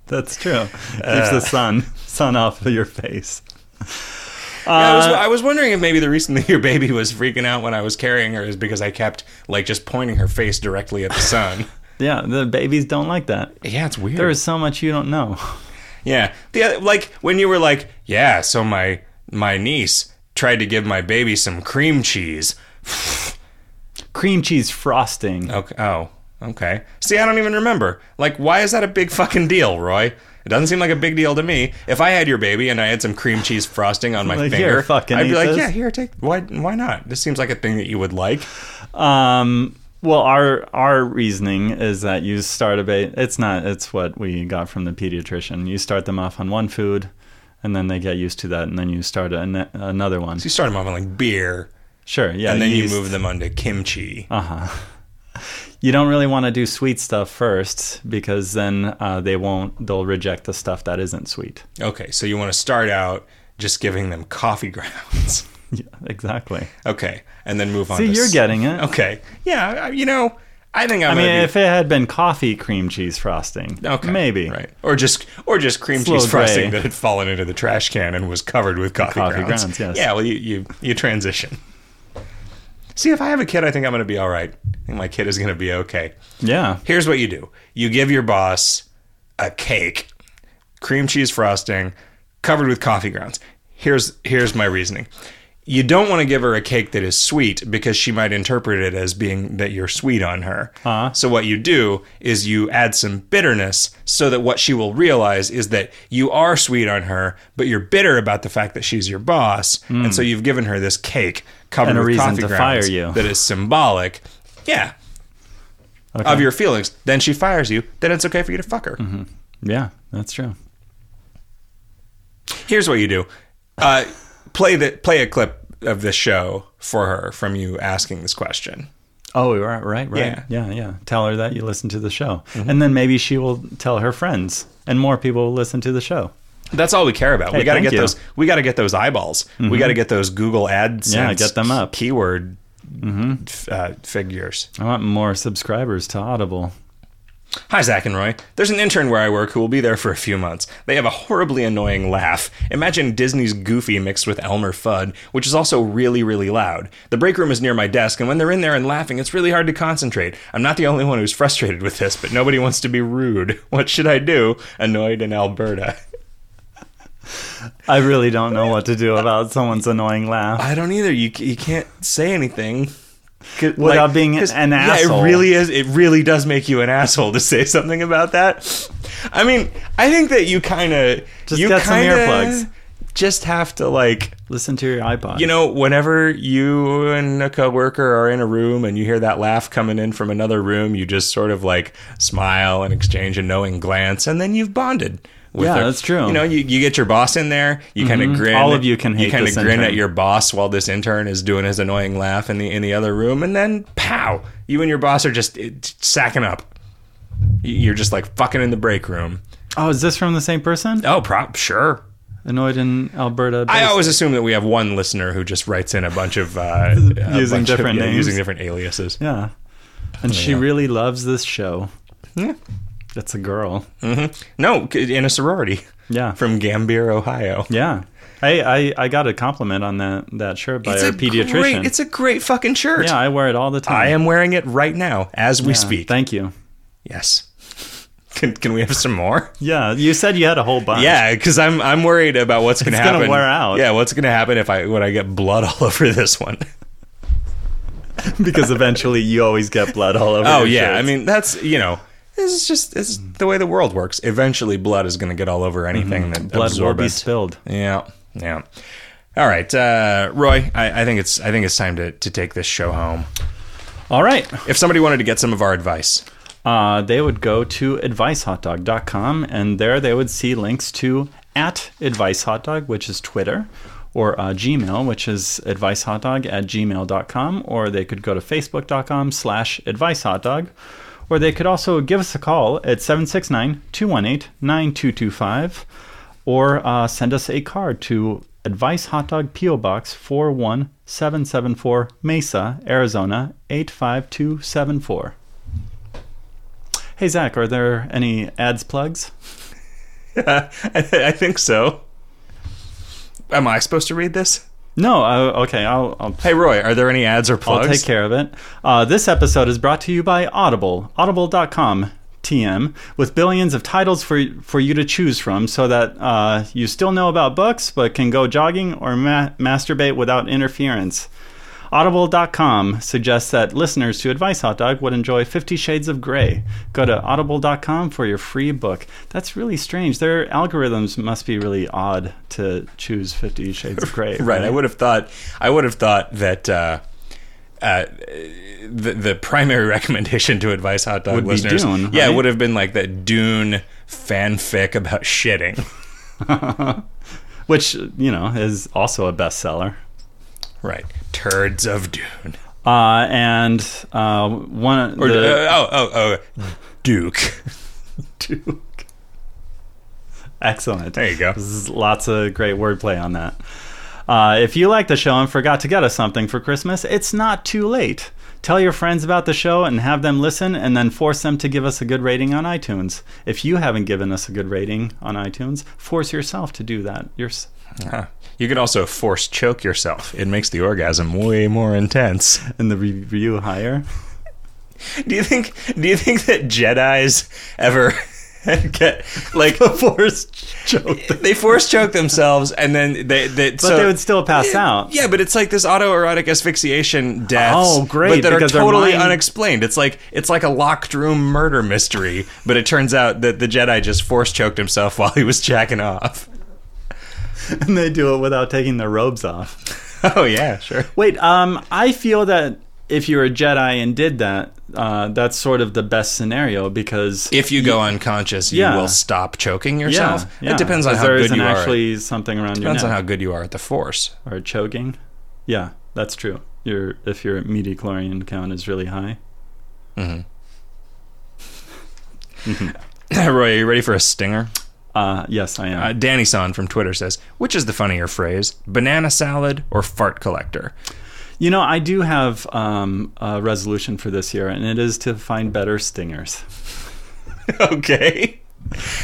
B: That's true. Keeps the
A: Uh.
B: sun sun off of your face. Uh,
A: Yeah, I, was, I was wondering if maybe the reason that your baby was freaking out when I was carrying her is because I kept, like, just pointing her face directly at the sun.
B: Yeah, the babies don't like that.
A: yeah, it's weird.
B: There is so much you don't know.
A: Yeah. The other, like when you were like, yeah, so my my niece tried to give my baby some cream cheese.
B: Cream cheese frosting.
A: Okay. Oh. Okay. See, I don't even remember. Like why is that a big fucking deal, Roy? It doesn't seem like a big deal to me. If I had your baby and I had some cream cheese frosting on my
B: Like,
A: finger,
B: "Here, fucking
A: I'd be
B: eat
A: like,
B: this."
A: "Yeah, here, take. Why? Why not? This seems like a thing that you would like."
B: Um, well, our our reasoning is that you start a ba- It's not. It's what we got from the pediatrician. You start them off on one food, and then they get used to that, and then you start an- another one.
A: You start them off on like beer,
B: Sure. Yeah.
A: and then
B: yeast. Ah.
A: you move them onto kimchi.
B: You don't really want to do sweet stuff first because then uh, they won't. They'll reject the stuff that isn't sweet.
A: Okay, so you want to start out just giving them coffee grounds.
B: Yeah. Exactly.
A: Okay, and then move on.
B: See,
A: to
B: you're
A: s-
B: getting it.
A: Okay. Yeah, I- you know, I think I'm
B: I mean,
A: gonna
B: if it had been coffee cream cheese frosting,
A: be, okay,
B: maybe
A: right, or just or just cream
B: Slow
A: cheese frosting
B: gray.
A: that had fallen into the trash can and was covered with coffee,
B: Coffee
A: grounds.
B: grounds, yes.
A: Yeah, well, you you you transition. See, if I have a kid, I think I'm gonna be all right. I think my kid is gonna be okay.
B: Yeah.
A: Here's what you do: you give your boss a cake, cream cheese frosting, covered with coffee grounds. Here's here's my reasoning. you don't want to give her a cake that is sweet because she might interpret it as being that you're sweet on her.
B: Uh-huh.
A: So what you do is you add some bitterness so that what she will realize is that you are sweet on her, but you're bitter about the fact that she's your boss, and so you've given her this cake covered
B: Hmm. And a
A: with
B: reason
A: coffee
B: to
A: grounds
B: fire you.
A: that is symbolic. Yeah. Of your feelings, then she fires you. Then it's okay for you to fuck her.
B: Hmm. Yeah, that's true.
A: Here's what you do: uh, play the play a clip of this show for her from you asking this question.
B: Oh, right, right, right.
A: Yeah. Mm-hmm.
B: Yeah, yeah. Tell her that you listen to the show. And then maybe she will tell her friends, and more people will listen to the show.
A: That's all we care about. we
B: Hey,
A: got to
B: thank
A: get
B: you. Mm-hmm.
A: those. We got to get those eyeballs. We got to get those Google ads.
B: Yeah, get them up. Mm-hmm.
A: Keyword f- uh, figures.
B: I want more subscribers to Audible.
A: Hi, Zach and Roy. There's an intern where I work who will be there for a few months. They have a horribly annoying laugh. Imagine Disney's Goofy mixed with Elmer Fudd, which is also really, really loud. The break room is near my desk, and when they're in there and laughing, it's really hard to concentrate. I'm not the only one who's frustrated with this, but nobody wants to be rude. What should I do? Annoyed in Alberta.
B: I really don't know what to do about someone's annoying laugh.
A: I don't either. You you can't say anything without
B: Without being an asshole.
A: It really is. It really does make you an asshole to say something about that. I mean, I think that you kind of
B: Just
A: you
B: get some
A: kinda
B: earplugs.
A: Just have to like
B: Listen to your iPod.
A: you know whenever you and a coworker are in a room and you hear that laugh coming in from another room, you just sort of like smile and exchange a knowing glance, and then you've bonded. with
B: Yeah,
A: her.
B: that's true. Mm-hmm.
A: You know, you, you get your boss in there. You kind of grin.
B: All of you can hate
A: you kind of
B: this
A: grin at
B: intern.
A: your your boss while this intern is doing his annoying laugh in the in the other room, and then pow, you and your boss are just eh, t- sacking up. Y- You're just like fucking in the break room.
B: Oh, is this from the same person?
A: Oh, prop, sure.
B: Annoyed in Alberta.
A: I
B: based-
A: always assume that we have one listener who just writes in a bunch of uh, a bunch of-
B: different
A: yeah,
B: names.
A: using different aliases.
B: yeah. And she
A: Oh, yeah.
B: really loves this show.
A: Yeah.
B: That's a girl.
A: Hmm. No, c- in a sorority
B: Yeah.
A: from Gambier, Ohio.
B: yeah. I, I, I got a compliment on that, that shirt by our pediatrician.
A: Great, it's a great fucking shirt.
B: yeah, I wear it all the time.
A: I am wearing it right now as we
B: Yeah,
A: speak.
B: Thank you.
A: yes. Can, can we have some more?
B: Yeah, you said you had a whole bunch.
A: Yeah, because I'm I'm worried about what's going to
B: gonna
A: happen.
B: wear out.
A: Yeah, what's going to happen if I when I get blood all over this one?
B: because eventually you always get blood all over.
A: Oh
B: your
A: yeah,
B: shirts.
A: I mean that's you know this is just this is the way the world works. Eventually, blood is going to get all over anything that
B: Mm-hmm. blood will be
A: absorbent.
B: spilled.
A: Yeah, yeah. All right, uh, Roy. I, I think it's I think it's time to to take this show home.
B: All right,
A: If somebody wanted to get some of our advice,
B: uh, they would go to advicehotdog.com and there they would see links to at advicehotdog, which is Twitter, or uh, Gmail, which is advicehotdog at gmail.com, or they could go to facebook.com slash advicehotdog, or they could also give us a call at 769 218 9225, or uh, send us a card to Advice Hot Dog P.O. Box 41774 Mesa, Arizona 85274. Hey Zach, are there any ads plugs?
A: I, th- I think so. Am I supposed to read this?
B: No. Uh, okay, I'll I'll,
A: Hey, Roy. Are there any ads or
B: I'll
A: plugs?
B: take care of it. Uh, this episode is brought to you by Audible. Audible.com. TM with billions of titles for for you to choose from, so that uh, you still know about books but can go jogging or ma- masturbate without interference. Audible.com suggests that listeners to Advice Hot Dog would enjoy Fifty Shades of Grey. Go to audible.com for your free book. That's really strange. Their algorithms must be really odd to choose Fifty Shades of Grey.
A: Right. I would have thought. I would have thought that uh, uh, the the primary recommendation to advice hot dog
B: Would be
A: listeners,
B: Dune,
A: yeah,
B: right?
A: would have been like that Dune fanfic about shitting.
B: which you know is also a bestseller.
A: Right. Turds of Dune.
B: Uh, and uh, one
A: Or,
B: the
A: uh, oh, oh, oh, Duke.
B: Duke. Excellent.
A: There you go.
B: This is lots of great wordplay on that. Uh, if you like the show and forgot to get us something for Christmas, it's not too late. Tell your friends about the show and have them listen, and then force them to give us a good rating on iTunes. If you haven't given us a good rating on iTunes, force yourself to do that. You're, s-
A: Huh. You could also force choke yourself. It makes the orgasm way more intense.
B: and the review higher.
A: Do you think? Do you think that Jedi's ever and get like
B: forced joke.
A: they force choke themselves and then they, they
B: But they would still pass out.
A: yeah, but it's like this autoerotic asphyxiation deaths.
B: Oh, great,
A: But that are
B: because their
A: totally
B: mind-
A: unexplained. It's like it's like a locked room murder mystery. But it turns out that the Jedi just force choked himself while he was jacking off.
B: And they do it without taking their robes off.
A: Oh yeah, sure.
B: Wait, um, I feel that if you're a Jedi and did that, uh, that's sort of the best scenario because
A: If you go unconscious, you
B: Yeah.
A: will stop choking yourself.
B: yeah,
A: It depends on
B: 'cause
A: how
B: there
A: good
B: isn't
A: you are.
B: actually something around your
A: Depends
B: neck
A: on how good you are at the force.
B: or choking. Yeah, that's true. Your if your midi chlorian count is really high.
A: Roy, are you ready for a stinger?
B: Uh, yes, I am.
A: Uh, Danny San from Twitter says, "Which is the funnier phrase, banana salad or fart collector?"
B: you know, I do have um, a resolution for this year, and it is to find better stingers.
A: okay.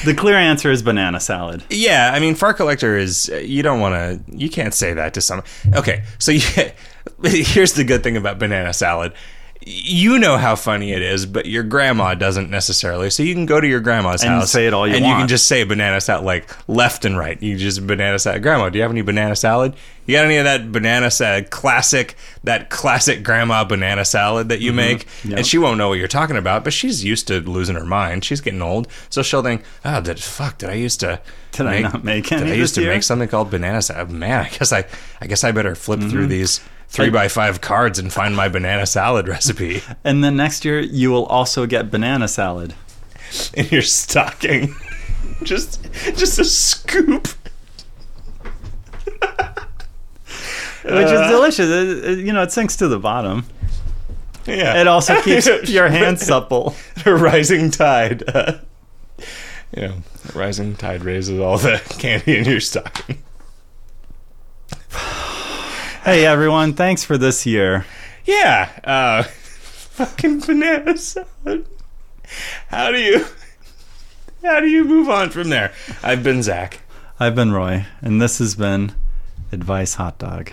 B: The clear answer is banana salad.
A: Yeah, I mean, fart collector is you don't want to, you can't say that to someone. Okay, so yeah, here's the good thing about banana salad. You know how funny it is, but your grandma doesn't necessarily. So you can go to your grandma's
B: And
A: house
B: say it all you
A: and you can
B: want.
A: just say banana salad like left and right. You just banana salad. Grandma, do you have any banana salad? You got any of that banana salad classic? That classic grandma banana salad that you
B: Mm-hmm.
A: make,
B: Yep.
A: and she won't know what you're talking about. But she's used to losing her mind. She's getting old, so she'll think, "Oh, did fuck? Did I used to?"
B: Did I not make any
A: Did I
B: this
A: used to
B: year?
A: make something called banana salad. Man, I guess I, I guess I better flip
B: Mm-hmm.
A: through these three by five cards and find my banana salad recipe
B: And then next year, you will also get banana salad.
A: in your stocking. just, just a scoop.
B: which
A: Uh.
B: is delicious. It, it- you know, it sinks to the bottom.
A: Yeah,
B: It also keeps your hands supple.
A: a rising tide. Uh, you know, a rising tide raises all the candy in your stocking.
B: Hey, everyone, thanks for this year.
A: Yeah, uh, fucking banana salad. How do you, how do you move on from there? I've been Zach.
B: I've been Roy, and this has been Advice Hot Dog.